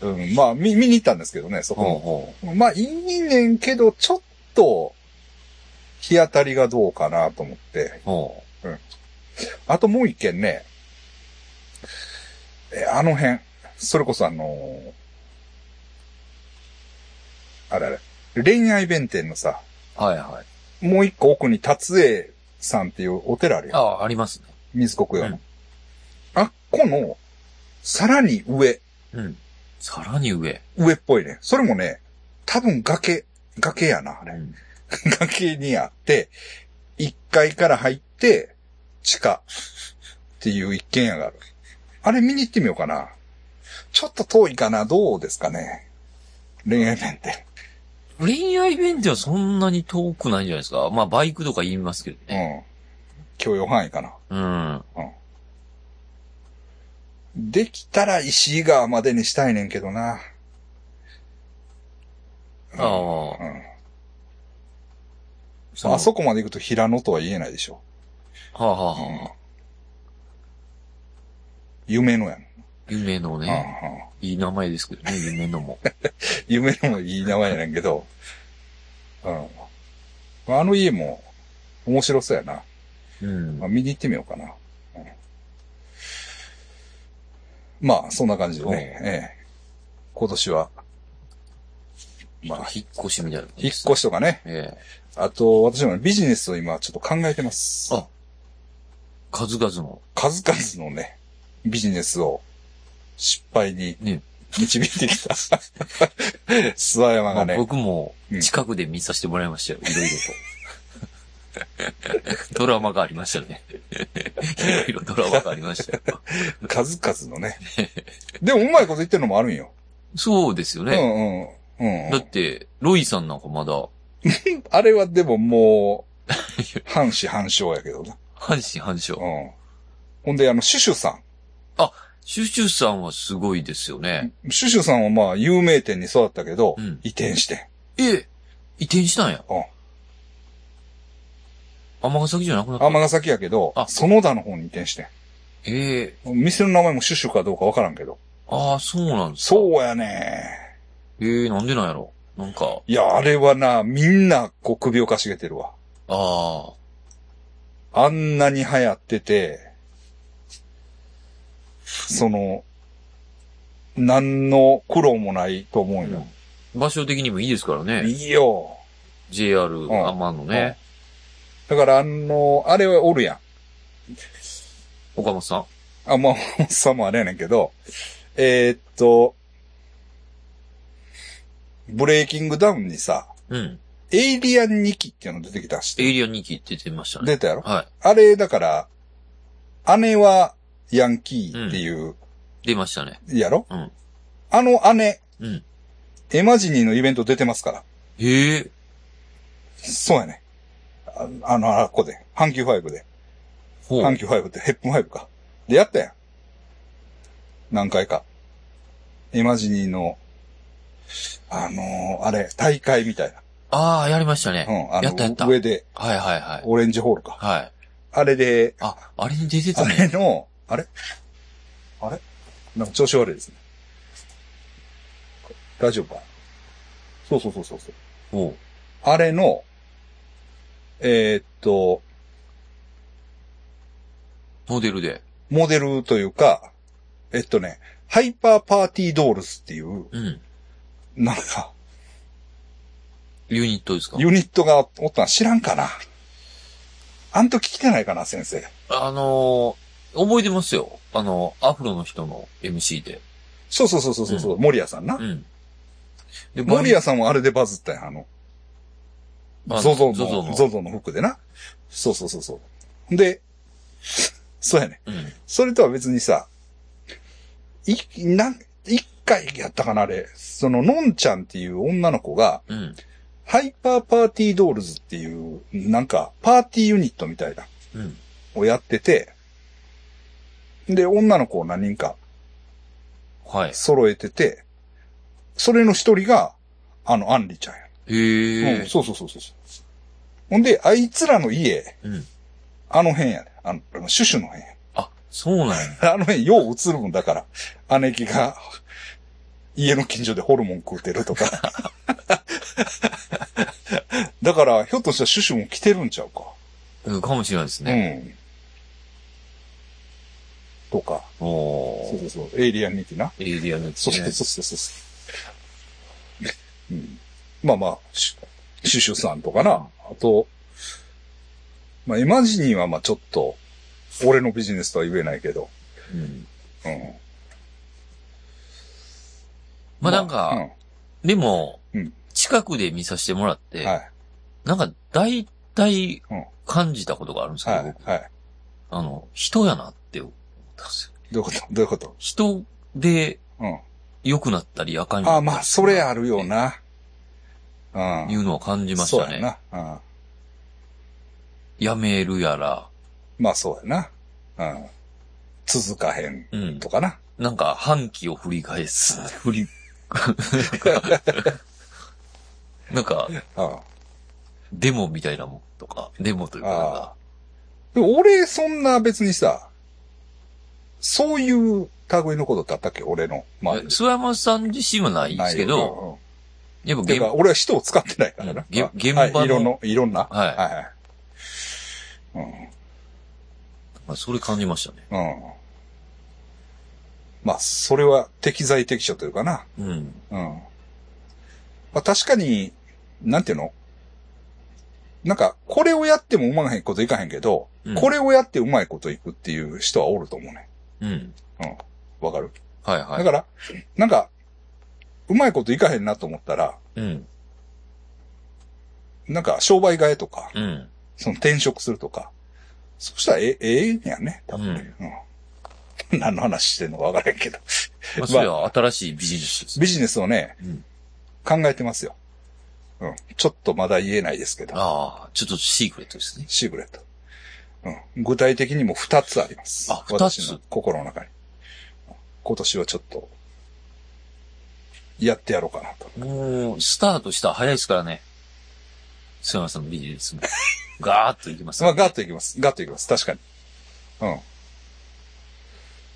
Speaker 1: うん、まあ、見、見に行ったんですけどね、そ
Speaker 2: い。ほう
Speaker 1: こ
Speaker 2: ほ
Speaker 1: も。まあ、いいねんけど、ちょっと、日当たりがどうかなと思って。
Speaker 2: う。ほう。
Speaker 1: あともう一軒ね、え、あの辺、それこそあのーあれあれ、恋愛弁天のさ、
Speaker 2: はいはい。
Speaker 1: もう一個奥に達江さんっていうお寺あるよ
Speaker 2: あ。あ、ありますね。
Speaker 1: 水国用の。
Speaker 2: うん
Speaker 1: あっこの、さらに上、
Speaker 2: うん。さらに上。
Speaker 1: 上っぽいね。それもね、多分崖、崖やな、あ
Speaker 2: う
Speaker 1: れ。
Speaker 2: ん。
Speaker 1: 崖にあって、1階から入って、地下っていう一軒家がある。あれ見に行ってみようかな。ちょっと遠いかな、どうですかね。恋愛面って。
Speaker 2: 恋愛弁ではそんなに遠くないんじゃないですか。まあ、バイクとか言いますけど
Speaker 1: う
Speaker 2: ね。
Speaker 1: ん。許容範囲かな。
Speaker 2: うん。
Speaker 1: できたら石井川までにしたいねんけどな。
Speaker 2: ああ、
Speaker 1: うん。
Speaker 2: その
Speaker 1: あそこまで行くと平野とは言えないでしょ。
Speaker 2: はあ、はあ
Speaker 1: う
Speaker 2: はあ、
Speaker 1: ん夢のやん。
Speaker 2: 夢の
Speaker 1: うん
Speaker 2: ね、いい名前ですけどね、夢のも。
Speaker 1: うん夢のもいい名前やねんけど。うん。あの家も面白そうやな。
Speaker 2: うん
Speaker 1: まあ、。見に行ってみようかな。うんまあ、そんな感じでね。ええ、今年は、まあ、
Speaker 2: 引っ越しみたいな。
Speaker 1: 引っ越
Speaker 2: し。
Speaker 1: しとかね。
Speaker 2: ええ
Speaker 1: あと、私もビジネスを今ちょっと考えてます。
Speaker 2: あ数々の。
Speaker 1: 数々のね、ビジネスを失敗に
Speaker 2: ね
Speaker 1: 導いてき た、諏訪山が
Speaker 2: まあ
Speaker 1: ね、
Speaker 2: 僕も
Speaker 1: うん
Speaker 2: 近くで見させてもらいましたよ、いろいろと。 ドラマがありま したね。いろいろドラマがありましたよ。
Speaker 1: 数々のね。でもうまいこと言ってるのもあるんよ。
Speaker 2: そうですよ
Speaker 1: う
Speaker 2: ね。
Speaker 1: んうん。う
Speaker 2: だ
Speaker 1: ん
Speaker 2: っ、て、ロイさんなんかまだ、
Speaker 1: あれはでももう、半死半生やけどな。
Speaker 2: 半信半生
Speaker 1: うん。。ほんで、あの、シュシュさ
Speaker 2: シュシュさんはすごいですよね。
Speaker 1: ん。シュシュさんはまあ、有名店に育ったけど、
Speaker 2: うん
Speaker 1: 移転して。
Speaker 2: え、移転したんや。
Speaker 1: うん。
Speaker 2: 尼崎じゃなくなった。
Speaker 1: 尼崎やけど、
Speaker 2: あ
Speaker 1: 園田の方に移転して。
Speaker 2: ええ
Speaker 1: 店の名前もシュシュかどうかわからんけど。
Speaker 2: ああ、そうなんですか。
Speaker 1: そうやね
Speaker 2: ええなんでなんやろ。なんか、
Speaker 1: いや、あれはな、みんな、こう、首をかしげてるわ。
Speaker 2: ああ、
Speaker 1: あんなに流行ってて、その、何の苦労もないと思うよ。
Speaker 2: 場所的にもいいですから
Speaker 1: い
Speaker 2: ね。
Speaker 1: いよ。
Speaker 2: JR
Speaker 1: ん
Speaker 2: 天野ね。
Speaker 1: だから、あの、あれはおるやん。
Speaker 2: 岡本さん。
Speaker 1: あ、まあ、おっさんもあれやねんけど、えーっと、ブレイキングダウンにさ、
Speaker 2: うん。
Speaker 1: エイリアン2期っていうの出てきたし、
Speaker 2: エイリアン2期出てましたね。
Speaker 1: 出たやろ
Speaker 2: は
Speaker 1: あれ、だから、姉はヤンキーっていう、
Speaker 2: い。出ましたね。
Speaker 1: やろ、
Speaker 2: うん
Speaker 1: あの姉、
Speaker 2: うん。
Speaker 1: エマジニーのイベント出てますから。
Speaker 2: ええ
Speaker 1: そうやね。ああの、あらこで。阪急ファイブで。
Speaker 2: ほう
Speaker 1: 阪。急ファイブって、ヘップファイブか。で、やったやん。何回か。エマジニーの、あのーあれ、大会みたいな。
Speaker 2: ああ、やりました
Speaker 1: う
Speaker 2: ね。
Speaker 1: ん、あ
Speaker 2: やったやった
Speaker 1: の、上で、
Speaker 2: はいはいはい。
Speaker 1: オレンジホールか。
Speaker 2: はい。
Speaker 1: あれで、
Speaker 2: あ、あれに出てた
Speaker 1: あ
Speaker 2: ね。
Speaker 1: れの、あれあれなんか調子悪いですね。大丈夫かそうそうそうそうそう。
Speaker 2: ほう。
Speaker 1: あれの、えーっと、
Speaker 2: モデルで。
Speaker 1: モデルというか、えっとね、ハイパーパーティードールズっていう、
Speaker 2: うん。
Speaker 1: なんか、
Speaker 2: ユニットですか
Speaker 1: ユニットがおったん知らんかなあん時来てないかな、先生。
Speaker 2: あのー、覚えてますよ。あの、アフロの人の MC で。
Speaker 1: そうそうそうそうそう、森谷さんな
Speaker 2: う。ん。で、バ
Speaker 1: 森
Speaker 2: イ
Speaker 1: 谷さんはあれでバズったやん、あの。
Speaker 2: あの
Speaker 1: ゾゾの、
Speaker 2: ゾゾの
Speaker 1: ゾゾの服でな。そうそうそうそう。で、そうやね。
Speaker 2: うん。
Speaker 1: それとは別にさ、い、なん、一回やったかな、あれ。その、のんちゃんっていう女の子が、
Speaker 2: うん。
Speaker 1: ハイパーパーティードールズっていう、なんか、パーティーユニットみたいな、
Speaker 2: うん。
Speaker 1: をやってて、で、女の子を何人か
Speaker 2: はい。
Speaker 1: 揃えてて、それの一人が、あの、アンリちゃんや。
Speaker 2: へ
Speaker 1: うん、
Speaker 2: え。
Speaker 1: そうそうそうそうそう。ほんで、あいつらの家、
Speaker 2: うん。の
Speaker 1: あの辺やね。あの、あのシュシュの辺や。
Speaker 2: あ、そうなんや。
Speaker 1: あの辺、よう映るもんだから。姉貴が、家の近所でホルモン食うてるとか。 だから、ひょっとしたらシュシュも来てるんちゃうか。
Speaker 2: うん、かもしれないですね。
Speaker 1: うん。とか。そ
Speaker 2: お
Speaker 1: う
Speaker 2: ー。
Speaker 1: そうそう。エイリアン2期な。
Speaker 2: エイリアンの地
Speaker 1: そうそうそうそうそう。うん、まあまあ、シュシュシュさんとかな。あと、まあ、イマジニーはまあちょっと、俺のビジネスとは言えないけど。
Speaker 2: うん。
Speaker 1: うん。
Speaker 2: まあなんか、、でも
Speaker 1: うん、
Speaker 2: 近くで見させてもらっ
Speaker 1: う
Speaker 2: て
Speaker 1: ん、、はい。
Speaker 2: なんか大体
Speaker 1: うん
Speaker 2: 感じたことがあるんですけ
Speaker 1: は
Speaker 2: ど、
Speaker 1: い
Speaker 2: 僕。
Speaker 1: はい。
Speaker 2: あの、人やなって思ったんですよ。
Speaker 1: どういうことどういうこと
Speaker 2: 人で
Speaker 1: うん。
Speaker 2: 良くなったり赤になった
Speaker 1: あ
Speaker 2: り。
Speaker 1: あ、まあ、それあるよ。な。うん。
Speaker 2: いうのは感じまし
Speaker 1: そう
Speaker 2: た
Speaker 1: や
Speaker 2: ね。
Speaker 1: な。うん。
Speaker 2: やめるやら、
Speaker 1: まあ、そうやな。うん。続かへん
Speaker 2: うん。
Speaker 1: とかな。
Speaker 2: なんか、反旗を振り返す。振り、 なんか、
Speaker 1: うん。
Speaker 2: デモみたいなもんとか、デモというかなんか、
Speaker 1: でも俺、そんな別にさ、そういう類のことってあったっけ俺の。まあ、
Speaker 2: え諏訪山さん自身はないですけど、
Speaker 1: ど。
Speaker 2: やっぱ
Speaker 1: て
Speaker 2: 現
Speaker 1: か、俺は人を使ってないからな。
Speaker 2: うんげ
Speaker 1: あ
Speaker 2: 現場の
Speaker 1: はい、いろんな、いろんな。
Speaker 2: はい
Speaker 1: はいはい。
Speaker 2: まあそれ感じましたね。
Speaker 1: うん。うん。まあ、それは適材適所というかな。
Speaker 2: うん。
Speaker 1: うん。まあ、確かに、なんていうのなんか、これをやってもうまいこといかへんけど、
Speaker 2: うん
Speaker 1: これをやってうまいこといくっていう人はおると思うね。
Speaker 2: うん。
Speaker 1: うん。わかる
Speaker 2: はいはい。
Speaker 1: だから、なんか、うまいこといかへんなと思ったら、
Speaker 2: うん。
Speaker 1: なんか商売替えとか、
Speaker 2: うん。
Speaker 1: その転職するとか、そしたらええ、ええんやね、多分ね。うん。 何の話してんのかわからへんけど。
Speaker 2: まあそれは新しいビジネスです。
Speaker 1: ビジネスをね、
Speaker 2: うん
Speaker 1: 考えてますよ。うん。ちょっとまだ言えないですけど、
Speaker 2: ああ、ちょっとシークレットですね。
Speaker 1: シーブレット。うん。具体的にも2つあります。
Speaker 2: あ二つ
Speaker 1: 私の心の中に。今年はちょっと、やってやろうかなと。
Speaker 2: もう、スタートしたら早いですからね。す山さんのビジ ネスも。ガーッといきます
Speaker 1: ま
Speaker 2: ね、
Speaker 1: あ、ガッといきます。ガッといきます。確かに。うん。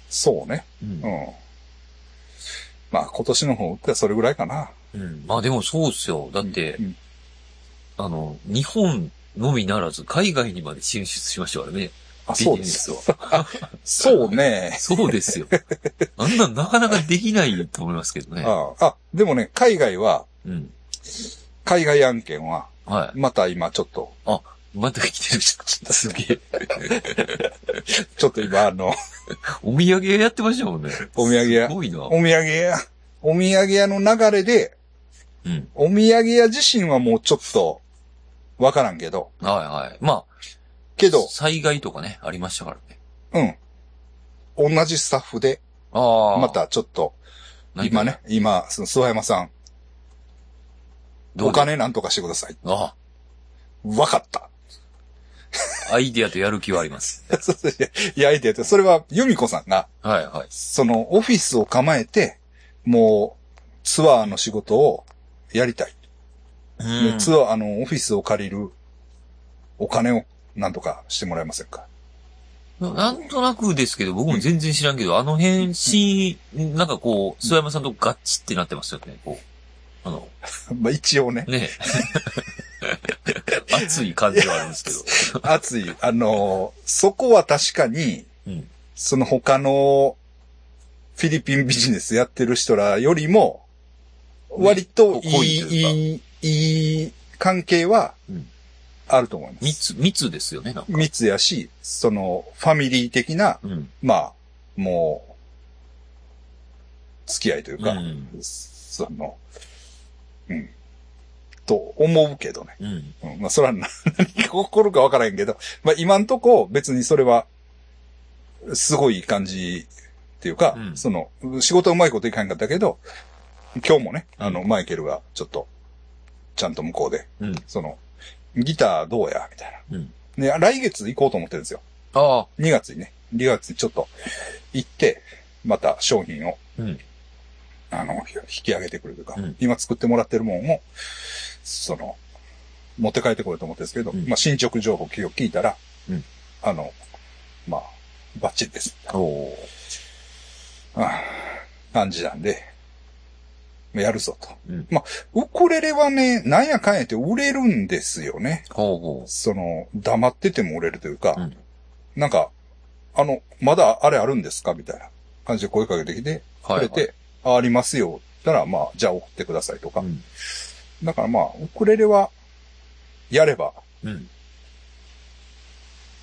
Speaker 1: そうね。
Speaker 2: うん
Speaker 1: うん。まあ、今年の方ってそれぐらいかな。
Speaker 2: うん。まあでもそうっすよ。だって、
Speaker 1: うん
Speaker 2: あの、日本のみならず、海外にまで進出しましたからね。
Speaker 1: あ、
Speaker 2: ビ
Speaker 1: そう
Speaker 2: ジ
Speaker 1: で
Speaker 2: ネ
Speaker 1: す
Speaker 2: ス
Speaker 1: よ。
Speaker 2: は。
Speaker 1: そうね。
Speaker 2: そうですよ。あんなんなかなかできないと思いますけどね。
Speaker 1: ああ、でもね、海外は、
Speaker 2: うん。
Speaker 1: 海外案件は、
Speaker 2: は
Speaker 1: また今ちょっと、
Speaker 2: い。また来てる人、すげえ。
Speaker 1: ちょっと今あ の、
Speaker 2: お土産屋やってましたもんね。
Speaker 1: お土産屋
Speaker 2: すごいな。
Speaker 1: お土産屋、お土産屋の流れで、
Speaker 2: うん。
Speaker 1: お土産屋自身はもうちょっと、わからんけど、
Speaker 2: はいはい。まあ、
Speaker 1: けど、
Speaker 2: 災害とかね、ありましたからね。
Speaker 1: うん。同じスタッフで、
Speaker 2: ああ。
Speaker 1: ま、たちょっと、
Speaker 2: 何か
Speaker 1: 今ね。、今、その、諏訪山さん、
Speaker 2: どう
Speaker 1: お
Speaker 2: ぞ。
Speaker 1: 金なんとかしてください。
Speaker 2: あ
Speaker 1: わかった。
Speaker 2: あ、アイディアとやる気はあります。
Speaker 1: そうそういや、いやいやいやそれは、由美子さんが、
Speaker 2: はいはい。
Speaker 1: その、オフィスを構えて、もう、ツアーの仕事をやりたい。で
Speaker 2: うん。
Speaker 1: ツアー、あの、オフィスを借りるお金を、なんとかしてもらえませんか。
Speaker 2: なんとなくですけど、僕も全然知らんけど、あの辺、し、なんかこう、諏訪山さんとガッチってなってますよね、こう。あの、
Speaker 1: まあ、一 応ね、
Speaker 2: ねえ。熱い感じはあるんですけど。
Speaker 1: 熱い。あの、そこは確かに、
Speaker 2: うん。
Speaker 1: その他の、フィリピンビジネスやってる人らよりも、割とい
Speaker 2: 濃
Speaker 1: い
Speaker 2: いというか、
Speaker 1: いい、いい関係は
Speaker 2: うん、
Speaker 1: あると思います。
Speaker 2: 密、密ですよね、なんか。
Speaker 1: 密やし、その、ファミリー的な、
Speaker 2: うん。
Speaker 1: まあ、もう、付き合いという
Speaker 2: う
Speaker 1: か、
Speaker 2: ん。
Speaker 1: その、うん。と思うけどね。
Speaker 2: うん。
Speaker 1: うん、まあ、そらな、 何が起こるかわからへんけど、まあ、今んとこ、別にそれは、すごい感じっていうか、
Speaker 2: うん
Speaker 1: その、仕事はうまいこといかへんかったけど、今日もね、あの、マイケルが、ちょっと、ちゃんと向こうで、
Speaker 2: うん。
Speaker 1: その、ギターどうやみたいな。
Speaker 2: うん
Speaker 1: ね、来月行こうと思ってるんですよ。
Speaker 2: ああ。
Speaker 1: 2月にね、2月にちょっと行って、また商品を、
Speaker 2: うん
Speaker 1: あの、ひ引き上げてくるというか、
Speaker 2: うん
Speaker 1: 今作ってもらってるもんを、その、持って帰ってこようと思ってるんですけど、
Speaker 2: うん
Speaker 1: まあ進捗情報を聞いたら、
Speaker 2: うん
Speaker 1: あの、まあ、バッチリです。
Speaker 2: おお。
Speaker 1: あー感じなんで、まあやるぞと。
Speaker 2: うん
Speaker 1: まあ、ウクレレはね、なんやかんやって売れるんですよね。
Speaker 2: ほうほ
Speaker 1: その、黙ってても売れるというか、
Speaker 2: うん
Speaker 1: なんか、あの、まだあれあるんですかみたいな感じで声かけてきて、
Speaker 2: う。
Speaker 1: くれて、あありますよ。たら、まあ、じゃあ送ってくださいとか。
Speaker 2: うん。
Speaker 1: だからまあ、ウクレレは、やれば、
Speaker 2: うん。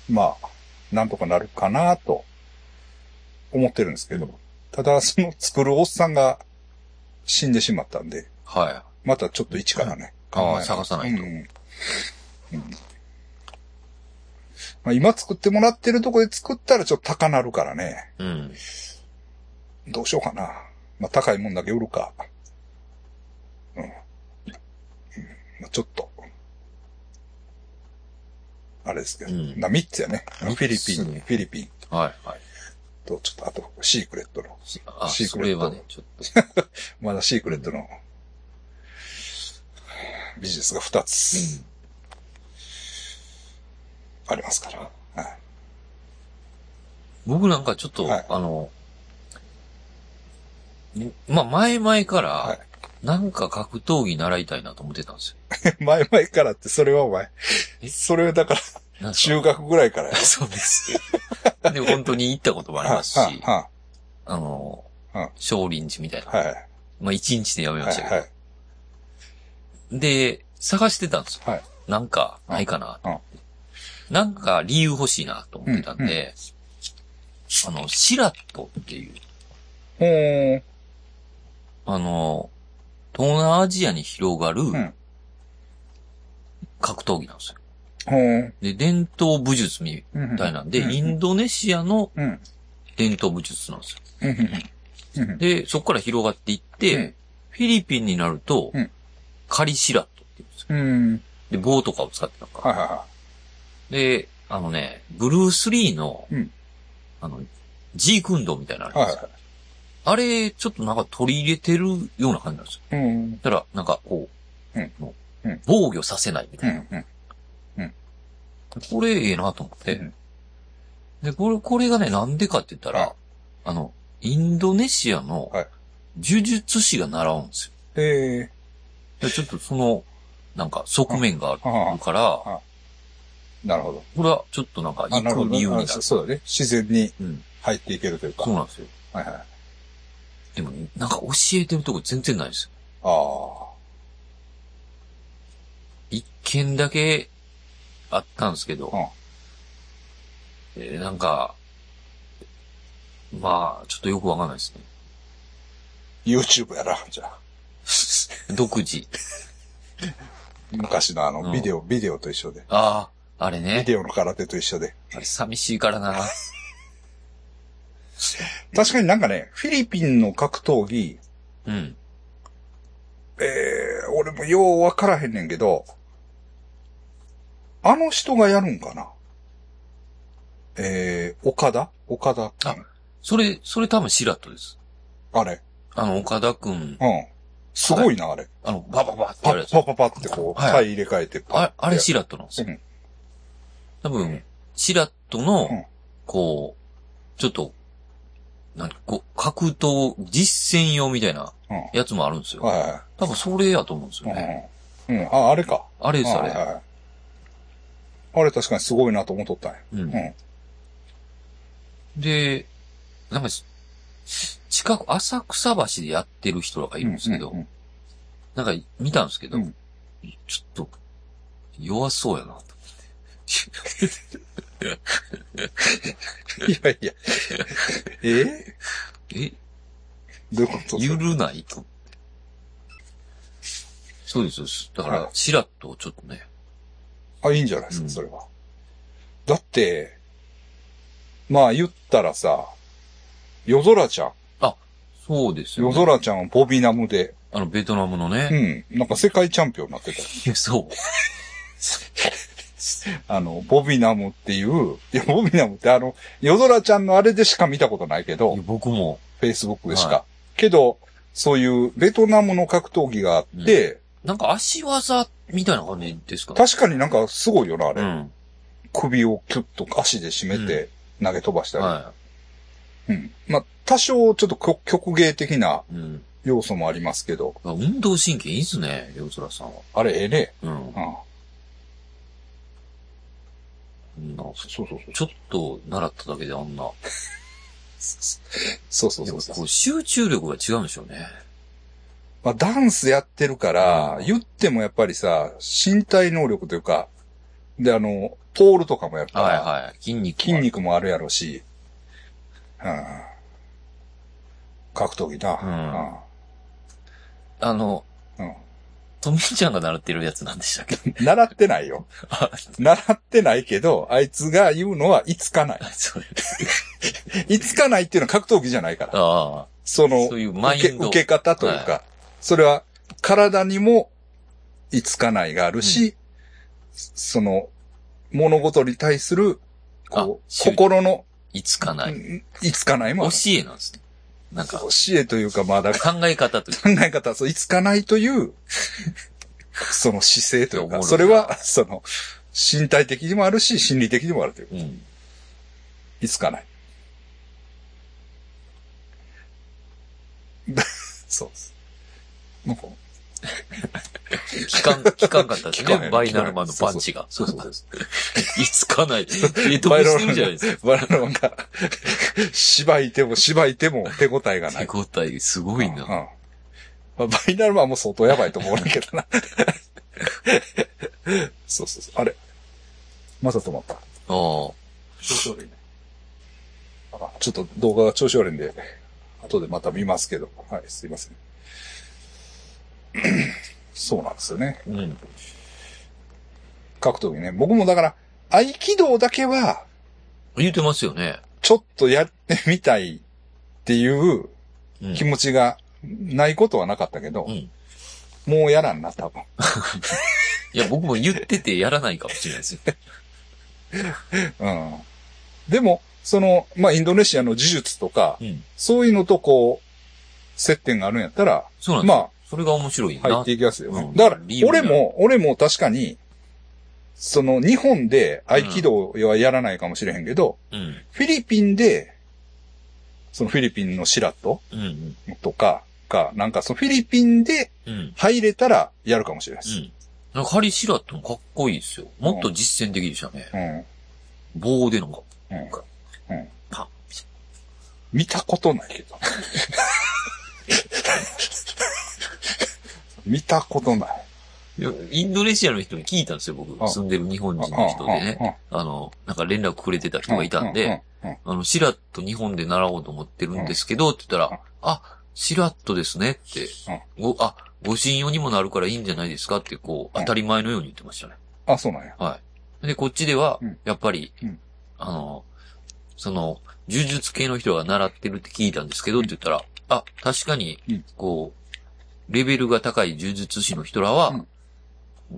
Speaker 1: まあ、なんとかなるかなと、思ってるんですけど、
Speaker 2: うん
Speaker 1: ただ、その作るおっさんが死んでしまったんで、
Speaker 2: は
Speaker 1: またちょっと一からね、
Speaker 2: うん
Speaker 1: 考え
Speaker 2: ああ探さないと
Speaker 1: うんうんうんまあ、今作ってもらってるとこで作ったらちょっと高なるからね。
Speaker 2: い。うん。
Speaker 1: どうしようかな。まあ、高いもんだけ売るか。うん。うんまあ、ちょっと。あれですけど。
Speaker 2: うん
Speaker 1: な、3つやね。フィリピ
Speaker 2: 三
Speaker 1: ン、
Speaker 2: つね
Speaker 1: フィリピン
Speaker 2: はいはい。
Speaker 1: と、ちょっと、あと、シークレットの。
Speaker 2: あ、
Speaker 1: シーク
Speaker 2: そ
Speaker 1: レ
Speaker 2: れ
Speaker 1: ット
Speaker 2: はね、ちょっ
Speaker 1: まだシークレットの、ビジネスが2
Speaker 2: と。
Speaker 1: つ。ありますから。はい。
Speaker 2: 僕なんかちょっと、
Speaker 1: はい
Speaker 2: あの、んまあ、前々から、
Speaker 1: はい
Speaker 2: なんか格闘技習いたいなと思ってたんですよ。
Speaker 1: 前々からって、それはお前
Speaker 2: え。
Speaker 1: それはだから、
Speaker 2: なんすか
Speaker 1: 中学ぐらいからや。
Speaker 2: そうですよ。で、本当に行ったこともあります
Speaker 1: は
Speaker 2: し、
Speaker 1: あは
Speaker 2: あの
Speaker 1: うん、
Speaker 2: 少林寺みたいな。
Speaker 1: あはい。
Speaker 2: まあ、一日でやめま
Speaker 1: は
Speaker 2: したけ
Speaker 1: い。
Speaker 2: ど。
Speaker 1: はい。
Speaker 2: で、探してたんですよ。
Speaker 1: はい
Speaker 2: なんか、ないかな、
Speaker 1: うんうん
Speaker 2: なんか理由欲しいなと思ってたんで、あの、シラットっていう、
Speaker 1: ほーん。
Speaker 2: あの、東南アジアに広がる
Speaker 1: ん
Speaker 2: 格闘技なんですよ。
Speaker 1: ほーん。
Speaker 2: で、伝統武術み
Speaker 1: うん
Speaker 2: たいなんで、
Speaker 1: うん
Speaker 2: インドネシアの
Speaker 1: うん。うん
Speaker 2: 伝統武術なんですよ。
Speaker 1: うんうん。
Speaker 2: で、そこから広がっていって、
Speaker 1: うん
Speaker 2: フィリピンになると、
Speaker 1: うん
Speaker 2: カリシラットっていうんですよ。
Speaker 1: うん。
Speaker 2: で、棒とかを使ってなんか、
Speaker 1: はいはいは
Speaker 2: で、あのね、ブルース・リーの、
Speaker 1: うん
Speaker 2: あの、ジークンドみたいなのあ
Speaker 1: い。は
Speaker 2: るんで
Speaker 1: い
Speaker 2: すよ。あれ、ちょっとなんか取り入れてるような感じなんですよ。
Speaker 1: はい。うん。
Speaker 2: だから、なんかこう、
Speaker 1: うん
Speaker 2: も
Speaker 1: うん
Speaker 2: 防御させないみ
Speaker 1: う
Speaker 2: たいな。
Speaker 1: ん。うん。
Speaker 2: これ、ええなと思って、
Speaker 1: うん
Speaker 2: で、これ、これがね、なんでかって言ったら、
Speaker 1: はい
Speaker 2: あの、インドネシアの
Speaker 1: はい、
Speaker 2: 呪術師が習うんですよ。
Speaker 1: え
Speaker 2: でちょっとその、なんか、側面が
Speaker 1: ー、は
Speaker 2: あるから
Speaker 1: い、あ。なるほど。
Speaker 2: これはちょっとなんか、行
Speaker 1: なるほ
Speaker 2: く理由
Speaker 1: ど。
Speaker 2: に
Speaker 1: あ
Speaker 2: なる
Speaker 1: そ。そうだね。自然に
Speaker 2: うん。
Speaker 1: 入っていけるというか。
Speaker 2: そうなんですよ。
Speaker 1: はいはい。あ
Speaker 2: でも、なんか教えてるとこ全然ないですよ。
Speaker 1: あ。
Speaker 2: 一件だけあったんですけど、
Speaker 1: うん
Speaker 2: えーなんか、まあ、ちょっとよくわかんないですね。
Speaker 1: YouTube やら、じゃあ。
Speaker 2: 独自。
Speaker 1: 昔のあ
Speaker 2: う
Speaker 1: の、
Speaker 2: ん
Speaker 1: ビデオ、ビデオと一緒で。
Speaker 2: ああ、あれ
Speaker 1: ビ
Speaker 2: ね。
Speaker 1: デオの空手と一緒で。
Speaker 2: あれ寂しいからな。
Speaker 1: 確かになんかね、フィリピンの格闘技、
Speaker 2: うん。
Speaker 1: えー、俺もようわからへんねんけど、あの人がやるんかなえー、岡田岡田君
Speaker 2: それ、それ多分シラットです。
Speaker 1: あれ。
Speaker 2: あの、岡田くん、
Speaker 1: うん。すごいな、あれ。
Speaker 2: あの、バババって
Speaker 1: パ
Speaker 2: やるや
Speaker 1: ッ
Speaker 2: つ。
Speaker 1: パッパッパッってこう、
Speaker 2: はい
Speaker 1: 体入れ替えてパッ
Speaker 2: あれ、あれ
Speaker 1: し
Speaker 2: シラットなんですよ。
Speaker 1: うん
Speaker 2: 多
Speaker 1: う
Speaker 2: 分
Speaker 1: ん、
Speaker 2: シラット
Speaker 1: うん
Speaker 2: の、こう、ちょっと、なんかこう、格闘、実践用みたいな
Speaker 1: うん
Speaker 2: やつもあるんですよ。
Speaker 1: は
Speaker 2: 多分それやと思うんです
Speaker 1: い
Speaker 2: よね。
Speaker 1: はい。うん。うん。あ、あれか。
Speaker 2: あれです、あ
Speaker 1: はい
Speaker 2: れ。
Speaker 1: はいあれ確かにすごいなと思っとったんや。
Speaker 2: うん
Speaker 1: うん。
Speaker 2: で、なんかし、近く、浅草橋でやってる人らがいるんですけど
Speaker 1: う、ん
Speaker 2: なんか見たんですけど、
Speaker 1: うん
Speaker 2: ちょっと、弱そうやなと思って。
Speaker 1: いやいや。え
Speaker 2: え、
Speaker 1: どういうこと
Speaker 2: ゆるないと。そうですよ。だか
Speaker 1: は
Speaker 2: ら
Speaker 1: い、
Speaker 2: ちらっとちょっとね。
Speaker 1: あ、いいんじゃないですか、
Speaker 2: うん
Speaker 1: それは。だって、まあ言ったらさ、夜空ちゃん。
Speaker 2: そうですよ、
Speaker 1: 夜
Speaker 2: ね。
Speaker 1: 空ちゃんはボビナムで、
Speaker 2: あの、ベトナムの
Speaker 1: う
Speaker 2: ね。
Speaker 1: ん、なんか世界チャンピオンになってたよ。
Speaker 2: いや、 そう。
Speaker 1: あの、ボビナムっていう、いや、ボビナムってあの、夜空ちゃんのあれでしか見たことないけど
Speaker 2: いや、僕も。
Speaker 1: Facebook でしか。
Speaker 2: は
Speaker 1: けど、そういうベトナムの格闘技があって、
Speaker 2: なんか足技みたいな感じですか
Speaker 1: 確かになんかすごいよな、あれ。
Speaker 2: うん。
Speaker 1: 首をキュッと足で締めて投げ飛ばしたり。
Speaker 2: は。
Speaker 1: うん。まあ、多少ちょっと曲曲芸的ない
Speaker 2: うん。
Speaker 1: 要素もありますけど、
Speaker 2: あ運動神経いいっすね、夜空さんは。
Speaker 1: あれ、ええね。
Speaker 2: うん
Speaker 1: う。ん。
Speaker 2: うんな
Speaker 1: そうそうそう。
Speaker 2: ちょっと習っただけであんな。
Speaker 1: そうそう
Speaker 2: で
Speaker 1: そ
Speaker 2: も
Speaker 1: うそう
Speaker 2: こう集中力が違うんでしょうね。
Speaker 1: まあ、ダンスやってるから、
Speaker 2: うん
Speaker 1: 言ってもやっぱりさ、身体能力というか、で、あの、ポールとかもやるから、
Speaker 2: はいはい。筋肉。
Speaker 1: 筋。肉もあるやろし、うん、格闘技な、
Speaker 2: あの、
Speaker 1: うん
Speaker 2: トミーちゃんが習ってるやつなんでしたっけ
Speaker 1: う ん習ってないよ。
Speaker 2: あ、
Speaker 1: 習ってないけど、あいつが言うのはいつかない。
Speaker 2: そう
Speaker 1: いつかないっていうのは格闘技じゃないから。
Speaker 2: あ
Speaker 1: その、
Speaker 2: あ。そういうマイ
Speaker 1: 受け
Speaker 2: ンド。
Speaker 1: 受け方というか、それは体にもいつかないがあるし、その物事に対するこう
Speaker 2: あ集
Speaker 1: 心の
Speaker 2: いつかない。
Speaker 1: うんいつかないもあ
Speaker 2: 教
Speaker 1: る
Speaker 2: えなんですね。なんか、考
Speaker 1: 教えというか、まあだか
Speaker 2: え方という
Speaker 1: ら考え方はそういつかないと いう、その姿勢という
Speaker 2: いやおもろい
Speaker 1: か、
Speaker 2: な
Speaker 1: それはその身体的にもあるし、心理的にもあるという。
Speaker 2: うん。
Speaker 1: いつかない。 そうです。なんか
Speaker 2: 聞かん、聞かんかったです
Speaker 1: 聞かん
Speaker 2: ね。バイナルマンのパンチが。
Speaker 1: そうそうそうそう。
Speaker 2: いつかない。え、飛びしてるじゃないですか。
Speaker 1: バナナマンが、しばいてもしばいても手応えがない
Speaker 2: 手。応えすごい
Speaker 1: うん
Speaker 2: な。
Speaker 1: まあ、バイナルマンも相当やばいと思うんだけ どな。そうそうそう。あれまた止まった。
Speaker 2: ああ。
Speaker 1: 調子悪いね。あちょっと動画が調子悪いんで、後でまた見ますけど。はい、すいません。 そうなんですよね。
Speaker 2: うん。
Speaker 1: 格闘技ね。僕もだから、合気道だけは、
Speaker 2: 言うてますよね。
Speaker 1: ちょっとやってみたいっていう
Speaker 2: うん
Speaker 1: 気持ちがないことはなかったけど、
Speaker 2: うん。い
Speaker 1: もうやらんな、多分。
Speaker 2: や、僕も言っててやらないかもしれないですよ。
Speaker 1: うん。でも、その、まあ、インドネシアの呪術とか、
Speaker 2: うん。
Speaker 1: そういうのとこう、接点があるんやったら、
Speaker 2: そうなんですよ。
Speaker 1: ま
Speaker 2: それが面白い
Speaker 1: あ、
Speaker 2: な。
Speaker 1: 入っていきますよ。
Speaker 2: うん
Speaker 1: だから
Speaker 2: 理由、が
Speaker 1: 俺も、俺も確かに、その、日本で合気道はやらないかもしれへんけど、
Speaker 2: うん。
Speaker 1: フィリピンで、そのフィリピンのシラット
Speaker 2: うん。
Speaker 1: とかが、なんかそのフィリピンで
Speaker 2: うん。うん。
Speaker 1: 入れたらやるかもしれないです。
Speaker 2: なんか、ハリシラットもかっこいいですよ。もっと実践的でしたね。
Speaker 1: うん。
Speaker 2: 棒でのが、
Speaker 1: うん。
Speaker 2: パン。
Speaker 1: 見たことないけ ど。見たことない。
Speaker 2: いやインドネシアの人に聞いたんですよ、僕
Speaker 1: あ。
Speaker 2: 住んでる日本人の人でね。あの、なんか連絡くれてた人がいたんで、
Speaker 1: うん。うん
Speaker 2: あの、シラット日本で習おうと思ってるんですけど、って言ったら、あ、シラットですねって、ご、あ、ご信用にもなるからいいんじゃないですかって、こう、
Speaker 1: うん
Speaker 2: 当たり前のように言ってましたね。
Speaker 1: あ、そうなんや。
Speaker 2: はい。で、こっちでは
Speaker 1: うん、
Speaker 2: やっぱり、
Speaker 1: うん
Speaker 2: あの、その、呪術系の人が習ってるって聞いたんですけど、って言ったら、あ、確かに
Speaker 1: うん、
Speaker 2: こう、レベルが高い呪術師の人らは、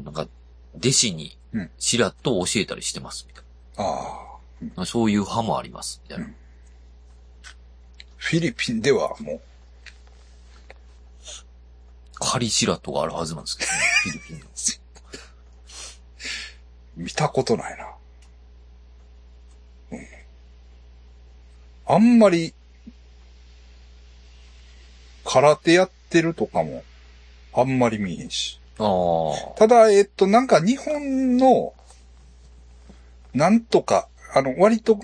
Speaker 2: なんか、弟子に
Speaker 1: うん、
Speaker 2: しらっと教えたりしてます、みたい
Speaker 1: ああ。
Speaker 2: な。そういう派もあります、みたいな。
Speaker 1: うんフィリピンではもう、
Speaker 2: 仮シラットがあるはずなんで すけどね、フィリピンの。
Speaker 1: 見たことないな。うん。あんまり、空手やってるとかも、あんまり見えへんし。
Speaker 2: あ
Speaker 1: ただ、えっと、なんか日本の、なんとか、あの、割と、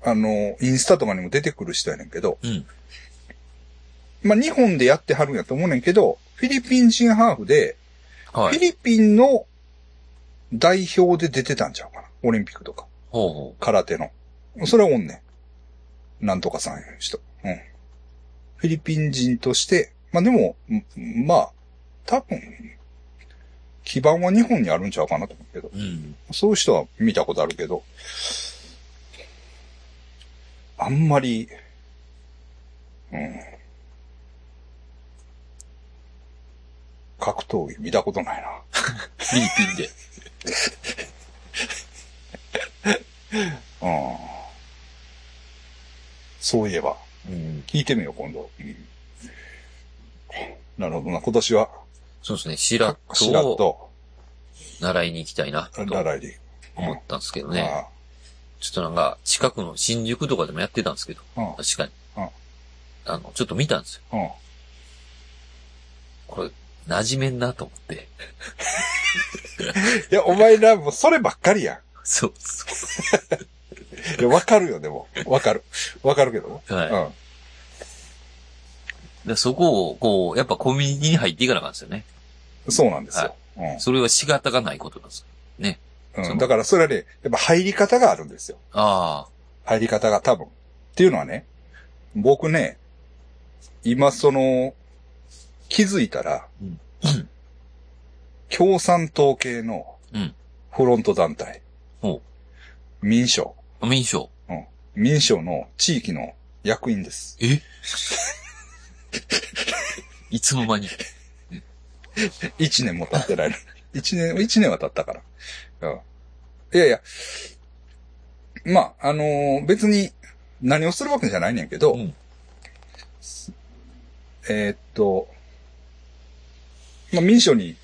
Speaker 1: あの、インスタとかにも出てくる人やねんけど、
Speaker 2: あ。うん。
Speaker 1: まあ、日本でやってはるんやと思うねんけど、フィリピン人ハーフで、
Speaker 2: は
Speaker 1: フィ
Speaker 2: い。
Speaker 1: リピンの代表で出てたんちゃうかな。オリンピックとか、
Speaker 2: ほうほ
Speaker 1: 空手の。それはおんねん。なんとかさんいう人。うん。フィリピン人として、まあ、でも、んまあ、多分、基盤は日本にあるんちゃうかなと思うけど、
Speaker 2: うん。
Speaker 1: そういう人は見たことあるけど、あんまり、うん。格闘技見たことないな。
Speaker 2: フィリピンで。
Speaker 1: うん。そういえば、
Speaker 2: うん。
Speaker 1: 聞いてみよう、今度。うんなるほどな。今年は、
Speaker 2: そうですね。シラ
Speaker 1: しら
Speaker 2: ッ
Speaker 1: っ
Speaker 2: トを
Speaker 1: と、
Speaker 2: 習いに行きたいな、と
Speaker 1: 習いに。
Speaker 2: 思ったんですけど
Speaker 1: うん
Speaker 2: ね。ちょっとなんか、近くの新宿とかでもやってたんですけど、
Speaker 1: うん
Speaker 2: 確かに
Speaker 1: うん。
Speaker 2: あの、ちょっと見たんですよ。
Speaker 1: うん。うん
Speaker 2: これ、馴染めんなと思って。
Speaker 1: いや、お前らもうそればっかりや
Speaker 2: そうそ
Speaker 1: ん。いや、わかるよ、でも。わかる。わかるけども。
Speaker 2: う。はい。
Speaker 1: うん。
Speaker 2: でそこを、こう、やっぱコミュニティに入っていかなあかんですよね。
Speaker 1: そうなんですよ。
Speaker 2: それは仕方がないことなんですよ。
Speaker 1: うん
Speaker 2: そ
Speaker 1: うん。
Speaker 2: の
Speaker 1: だからそれはね、やっぱ入り方があるんですよ。
Speaker 2: あ
Speaker 1: 入り方が多分。っていうのはね、僕ね、今その、気づいたら
Speaker 2: うん、
Speaker 1: 共産党系の
Speaker 2: うん
Speaker 1: フロント団体
Speaker 2: ほ、
Speaker 1: 民商、
Speaker 2: あ。民賞。
Speaker 1: 民商の地域の役員です。
Speaker 2: え いつの間に。
Speaker 1: 1年も経ってないの に。1年、一年は経ったから。うんいやいや、まあ、あのー別に何をするわけじゃないねんけど、
Speaker 2: うん
Speaker 1: えーっと、まあ、民主に、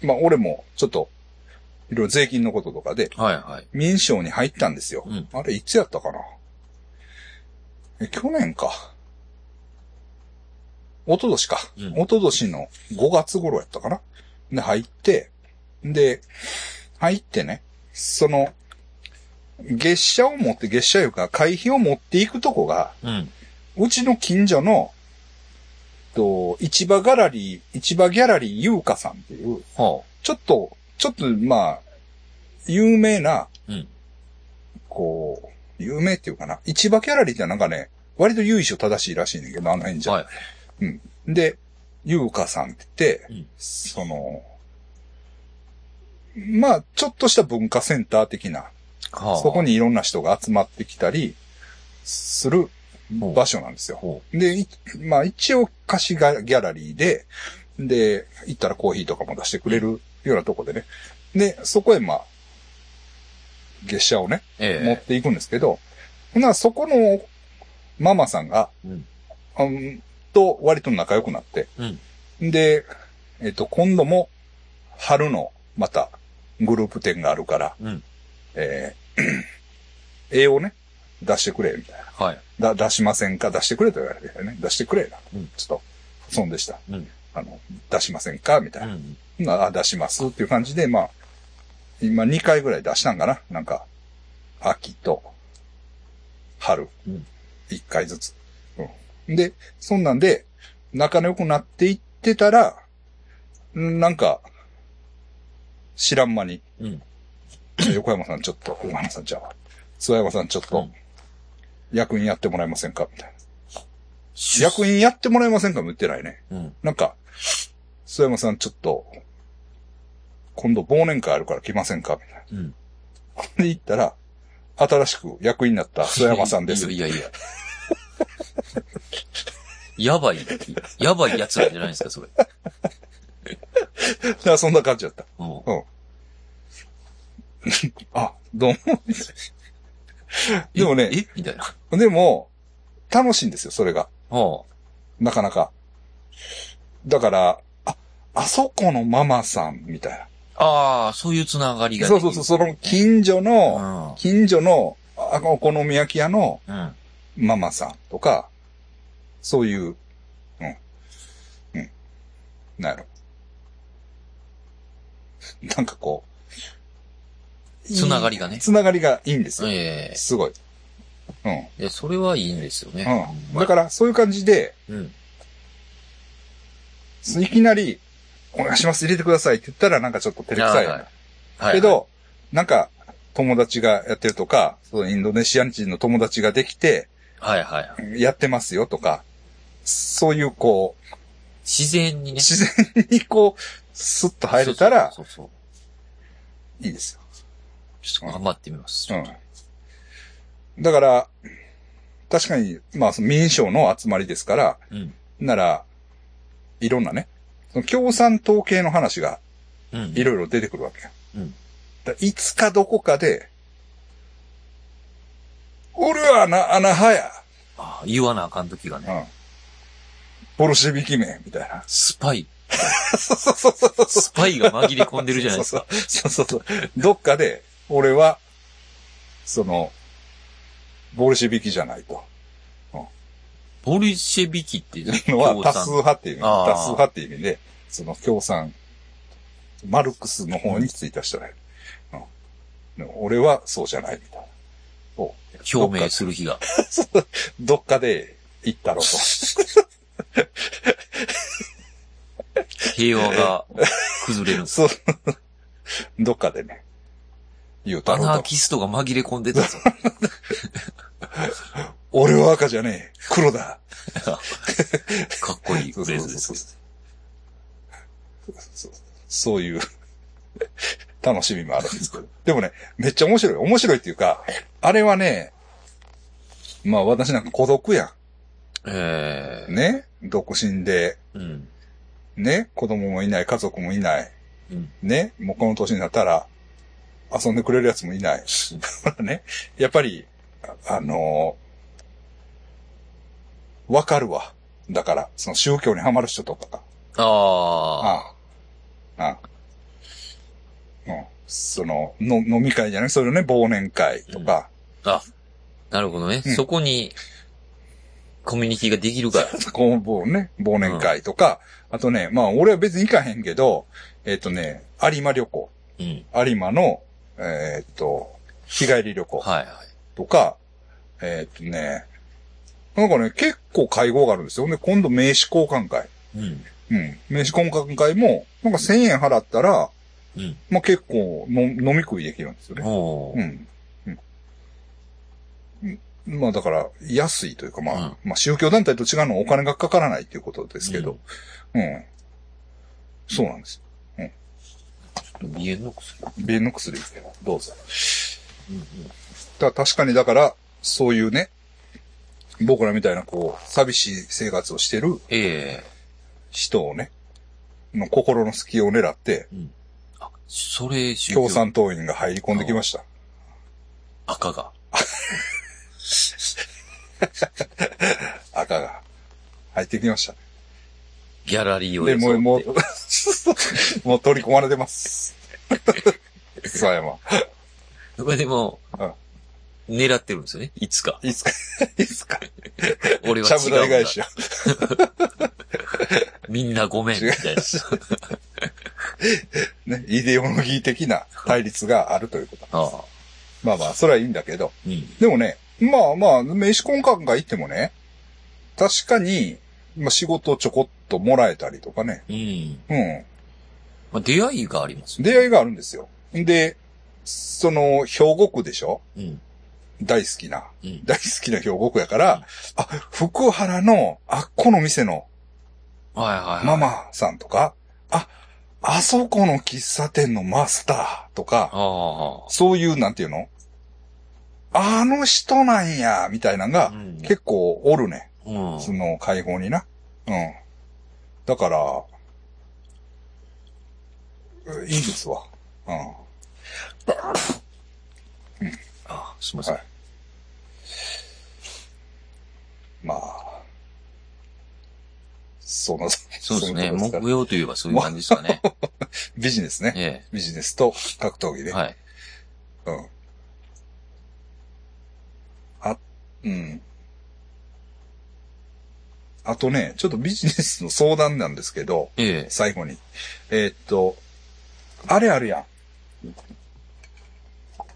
Speaker 1: まあ、俺もちょっと、いろいろ税金のこととかで、
Speaker 2: はいはい。
Speaker 1: 民主に入ったんですよ。
Speaker 2: うん
Speaker 1: あれ、いつやったかなえ、去年か。一昨年か。
Speaker 2: うん
Speaker 1: 一昨年の5月頃やったかな。で、入って、で、入ってね、その、月謝を持って、月謝いうか、会費を持っていくとこが、
Speaker 2: うん。
Speaker 1: うちの近所の、と、市場ギャラリー、市場ギャラリー優香さんっていう、
Speaker 2: は
Speaker 1: ちょっと、ちょっと、まあ、有名な、
Speaker 2: あ。うん。
Speaker 1: こう、有名っていうかな。市場ギャラリーってなんかね、割と由緒正しいらしいねんだけど、あの辺じゃ。
Speaker 2: はい。
Speaker 1: で、優香さんって言って、
Speaker 2: うん
Speaker 1: その、まあ、ちょっとした文化センター的な、
Speaker 2: はあ。
Speaker 1: そこ。にいろんな人が集まってきたりする場所なんですよ。
Speaker 2: ほ
Speaker 1: で、いまあ一応貸しがギャラリーで、で、行ったらコーヒーとかも出してくれるようなとこでね。で、そこへまあ、月謝をね、
Speaker 2: う。ええ
Speaker 1: 持っていくんですけど、ほなそこのママさんが、
Speaker 2: うん
Speaker 1: うんと割と仲良くなって、
Speaker 2: うん
Speaker 1: で、えっ、と、今度も春のまたグループ展があるから、
Speaker 2: うん
Speaker 1: えー 絵をね、出してくれ、みたいな。
Speaker 2: はい。
Speaker 1: だ、出しませんか出してくれと言われてね。出してくれな。
Speaker 2: うん
Speaker 1: ちょっと、損でした。
Speaker 2: うん
Speaker 1: あの、出しませんかみたいうな。
Speaker 2: ん。
Speaker 1: なあ、出しますっていう感じで、まあ、今2回ぐらい出したんかななんか、秋と、春
Speaker 2: うん、
Speaker 1: 1回ずつ。うん。で、そんなんで、仲良くなっていってたら、んなんか、知らん間に、
Speaker 2: うん。
Speaker 1: 横山さんちょっと、 横山さんじゃあ、諏訪山さんちょっ
Speaker 2: う
Speaker 1: と
Speaker 2: ん、
Speaker 1: 役員やってもらえませんかみたいな。
Speaker 2: 員。
Speaker 1: 役員やってもらえませんかも言ってないね。
Speaker 2: うん。
Speaker 1: なんか、須山さんちょっと、今度忘年会あるから来ませんかみたい
Speaker 2: うん。
Speaker 1: な。で行ったら、新しく役員になった須山さんです。
Speaker 2: いやいやいや。やばい、やばいやつなんじゃないですか、それ。
Speaker 1: だからそんな感じだった。
Speaker 2: うん。
Speaker 1: あ、どうも。でもね
Speaker 2: ええみたいな。は
Speaker 1: でも、楽しいんですよ、それが。
Speaker 2: あ。
Speaker 1: なかなか。だから、あ、あそこのママさん、みたい
Speaker 2: ああ、そういうつながり
Speaker 1: な。
Speaker 2: が
Speaker 1: そうそうそう、その近所
Speaker 2: う
Speaker 1: の、
Speaker 2: ん。
Speaker 1: 近所の、あお好み焼き屋の、
Speaker 2: うん。
Speaker 1: ママさんとか、そういう、うん。うん。なんやろ。なんかこう。
Speaker 2: つなが
Speaker 1: り。
Speaker 2: りがね。
Speaker 1: つながりがいいんですよ。
Speaker 2: ええ
Speaker 1: すごい。うん。
Speaker 2: いや、それはいいんですよね。
Speaker 1: うん。だから、そういう感じで、
Speaker 2: うん。
Speaker 1: いきなり、お願いします、入れてくださいって言ったら、なんかちょっと照れくさい。
Speaker 2: はいはい。
Speaker 1: けど、なんか、友達がやってるとか、そのインドネシア人の友達ができて、
Speaker 2: はいはいはい。
Speaker 1: やってますよとか、そういうこう、
Speaker 2: 自然にね。
Speaker 1: 自然にこう、スッと入れたら
Speaker 2: そうそうそう
Speaker 1: いいですよ。
Speaker 2: そう。ちょっと頑張ってみます。
Speaker 1: うん。だから、確かに、まあ、その民主の集まりですから、
Speaker 2: うん。
Speaker 1: なら、いろんなね、その共産党系の話が
Speaker 2: うん。
Speaker 1: いろいろ出てくるわけよ。
Speaker 2: うん
Speaker 1: だいつかどこかで、俺はな、穴派や、
Speaker 2: ああ、言わなあかん時が
Speaker 1: う
Speaker 2: ね。
Speaker 1: ん、ボルシビキ名みたい な。
Speaker 2: スパイ、
Speaker 1: そうそうそうそうそう。
Speaker 2: スパイが紛れ込んでるじゃないですか。
Speaker 1: そうそうそうそうそう。どっかで、俺は、その、ボルシビキじゃないと。
Speaker 2: ボルシェビキっていう
Speaker 1: のは多数派っていう意味、
Speaker 2: あー
Speaker 1: 多数派っていう意味で、その共産、マルクスの方についた人だよ。うん、俺はそうじゃないみたいな。を
Speaker 2: 表明する日が。
Speaker 1: どっかで行ったろうと。。
Speaker 2: 平和が崩れ る
Speaker 1: そう。どっかでね、言うた
Speaker 2: ア
Speaker 1: ろ
Speaker 2: ナ
Speaker 1: う
Speaker 2: ー
Speaker 1: と。
Speaker 2: キストが紛れ込んでたぞ。
Speaker 1: 俺は赤じゃねえ。黒だ。
Speaker 2: かっこいいフレーズです
Speaker 1: そう
Speaker 2: けど。
Speaker 1: そうそういう楽しみもあるんですけど。でもね、めっちゃ面白い。面白いっていうか、あれはね、まあ私なんか孤独や
Speaker 2: え
Speaker 1: ん。ね独身で、
Speaker 2: えうん。
Speaker 1: ね子供もいない、家族もいない。
Speaker 2: うん
Speaker 1: ねもうこの年になったら、遊んでくれるやつもいない。 ね。やっぱり、ああのーわかるわ。だから、その宗教にハマる人とかが。
Speaker 2: ああ。
Speaker 1: ああ。ああ。うん。その、の、飲み会じゃないそれをね、忘年会とか。
Speaker 2: あ、なるほどね。
Speaker 1: うん
Speaker 2: そこに、コミュニティができるから。
Speaker 1: こう忘ね、忘年会とか。あとね、まあ、俺は別に行かへんけど、えっ、とね、有馬旅行。
Speaker 2: うん。
Speaker 1: 有馬の、えっ、と、日帰り旅行
Speaker 2: はいはい。
Speaker 1: とか、えっ、とね、なんかね、結構会合があるんですよ。で、今度名刺交換会。
Speaker 2: うん。
Speaker 1: うん。名刺交換会も、なんか1000円払ったら、
Speaker 2: うん。
Speaker 1: まあ、結構の飲み食いできるんですよね。
Speaker 2: おー
Speaker 1: うん。うんうん。まあだから、安いというか、まあ、
Speaker 2: うん
Speaker 1: まあ宗教団体と違うのはお金がかからないということですけど、うん。そうなんです。
Speaker 2: 見えんのかそれ
Speaker 1: 便の薬ですけど、どうぞ。
Speaker 2: うん
Speaker 1: だから確かにだから、そういうね、僕らみたいなこう、寂しい生活をしてる
Speaker 2: ええ。
Speaker 1: 人をね、の心の隙を狙って、
Speaker 2: あ、それ、宗教
Speaker 1: 共産党員が入り込んできました。
Speaker 2: 赤が。
Speaker 1: 赤が。入ってきました。
Speaker 2: ギャラリーを
Speaker 1: で、もう、も
Speaker 2: 装っ
Speaker 1: う
Speaker 2: て、
Speaker 1: もう 取り込まれてます。諏訪山。
Speaker 2: こ れでも、狙ってるんですよね。い つか。
Speaker 1: いつか、いつか、
Speaker 2: 俺は
Speaker 1: ちゃ
Speaker 2: 違
Speaker 1: ぶ台
Speaker 2: うん
Speaker 1: 返
Speaker 2: だ
Speaker 1: し。を。
Speaker 2: みんなごめん、みたいな。
Speaker 1: ね、イデオロギー的な対立があるということ。
Speaker 2: ああ。
Speaker 1: まあまあ、それはいいんだけど。
Speaker 2: うん。
Speaker 1: でもね、まあまあ、名刺交換が行ってもね、確かに、まあ仕事をちょこっともらえたりとかね。
Speaker 2: うん。
Speaker 1: う
Speaker 2: まあ、出会いがあります
Speaker 1: ん。
Speaker 2: ね。
Speaker 1: 出会いがあるんですよ。で、その、兵庫区でしょ
Speaker 2: うん。
Speaker 1: 大好きな。
Speaker 2: うん。
Speaker 1: 大好きな兵庫区やから、あ、福原の、あっこの店の
Speaker 2: はいはいはい。
Speaker 1: ママさんとか、あ、あそこの喫茶店のマスターとか、
Speaker 2: あ
Speaker 1: そういう、なんていうのあの人なんや、みたいなの
Speaker 2: あ。
Speaker 1: が
Speaker 2: う、ん。
Speaker 1: 結構おるね。
Speaker 2: うん。
Speaker 1: その会合にな。うん。だから、ういいですわ。うん。
Speaker 2: あすいません。
Speaker 1: はいまあ、その、
Speaker 2: そうですね。
Speaker 1: いことから
Speaker 2: 木曜といえばそういう感じですか ね。
Speaker 1: ビジネスね。
Speaker 2: え
Speaker 1: ビジネスと格闘技
Speaker 2: え。
Speaker 1: ね。
Speaker 2: はい。
Speaker 1: うん。あ、うん。あとね、ちょっとビジネスの相談なんですけど、
Speaker 2: ええ。
Speaker 1: 最後に。えーっと、あれあるやん。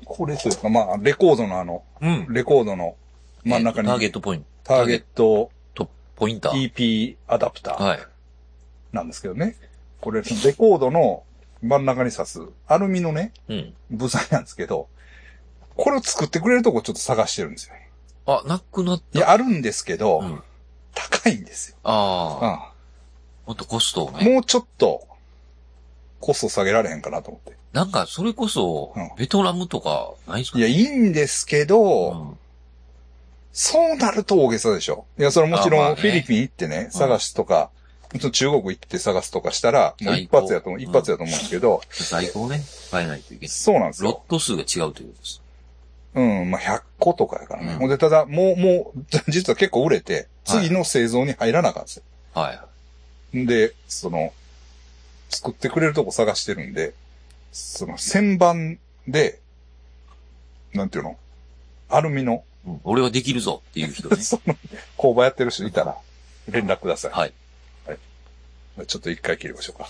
Speaker 1: これというか、まあ、レコードのあの、
Speaker 2: うん。
Speaker 1: レコードの真ん中に、
Speaker 2: ターゲットポイン
Speaker 1: ターゲット
Speaker 2: ト、ポインター。
Speaker 1: EP アダプター
Speaker 2: はい。
Speaker 1: なんですけどね。これ、レコードの真ん中に刺すアルミのね、
Speaker 2: うん。
Speaker 1: 部材なんですけど、これを作ってくれるとこちょっと探してるんですよね。
Speaker 2: あ、なくなっ
Speaker 1: い
Speaker 2: た。
Speaker 1: や、あるんですけど、
Speaker 2: うん。あ
Speaker 1: 高いんですよ。あ
Speaker 2: あ。もっとコストをね。
Speaker 1: もうちょっと、コスト下げられへんかなと思っ
Speaker 2: なんか、それこそ
Speaker 1: うん、
Speaker 2: ベトナムとか、ないんす
Speaker 1: て。
Speaker 2: か
Speaker 1: いや、いいんですけど、
Speaker 2: うん
Speaker 1: そうなると大げさでしょ。いや、それもち
Speaker 2: あまあ
Speaker 1: ろん
Speaker 2: ね
Speaker 1: フィリピン行ってね、探すとか、もちろん中国行って探すとかしたら、もう一
Speaker 2: 最高
Speaker 1: 発やと思う、
Speaker 2: うん
Speaker 1: 一発やと思うんですけど、
Speaker 2: 在庫をね、変えないといけない。
Speaker 1: そうなんです
Speaker 2: ロ
Speaker 1: よ。
Speaker 2: ット数が違うということです。
Speaker 1: うん、まあ、100個とかやからね。
Speaker 2: うん
Speaker 1: ほんで、ただ、もう、もう、 実は結構売れて、
Speaker 2: はい
Speaker 1: 次の製造に入らなあかったんですよ。
Speaker 2: はい。
Speaker 1: で、その、作ってくれるとこ探してるんで、その、旋盤で、なんていうのアルミの
Speaker 2: うん俺はできるぞっていう人ね。
Speaker 1: その、工場やってる人いたら、連絡ください。
Speaker 2: はい。
Speaker 1: はい。ちょっと一回切りましょうか。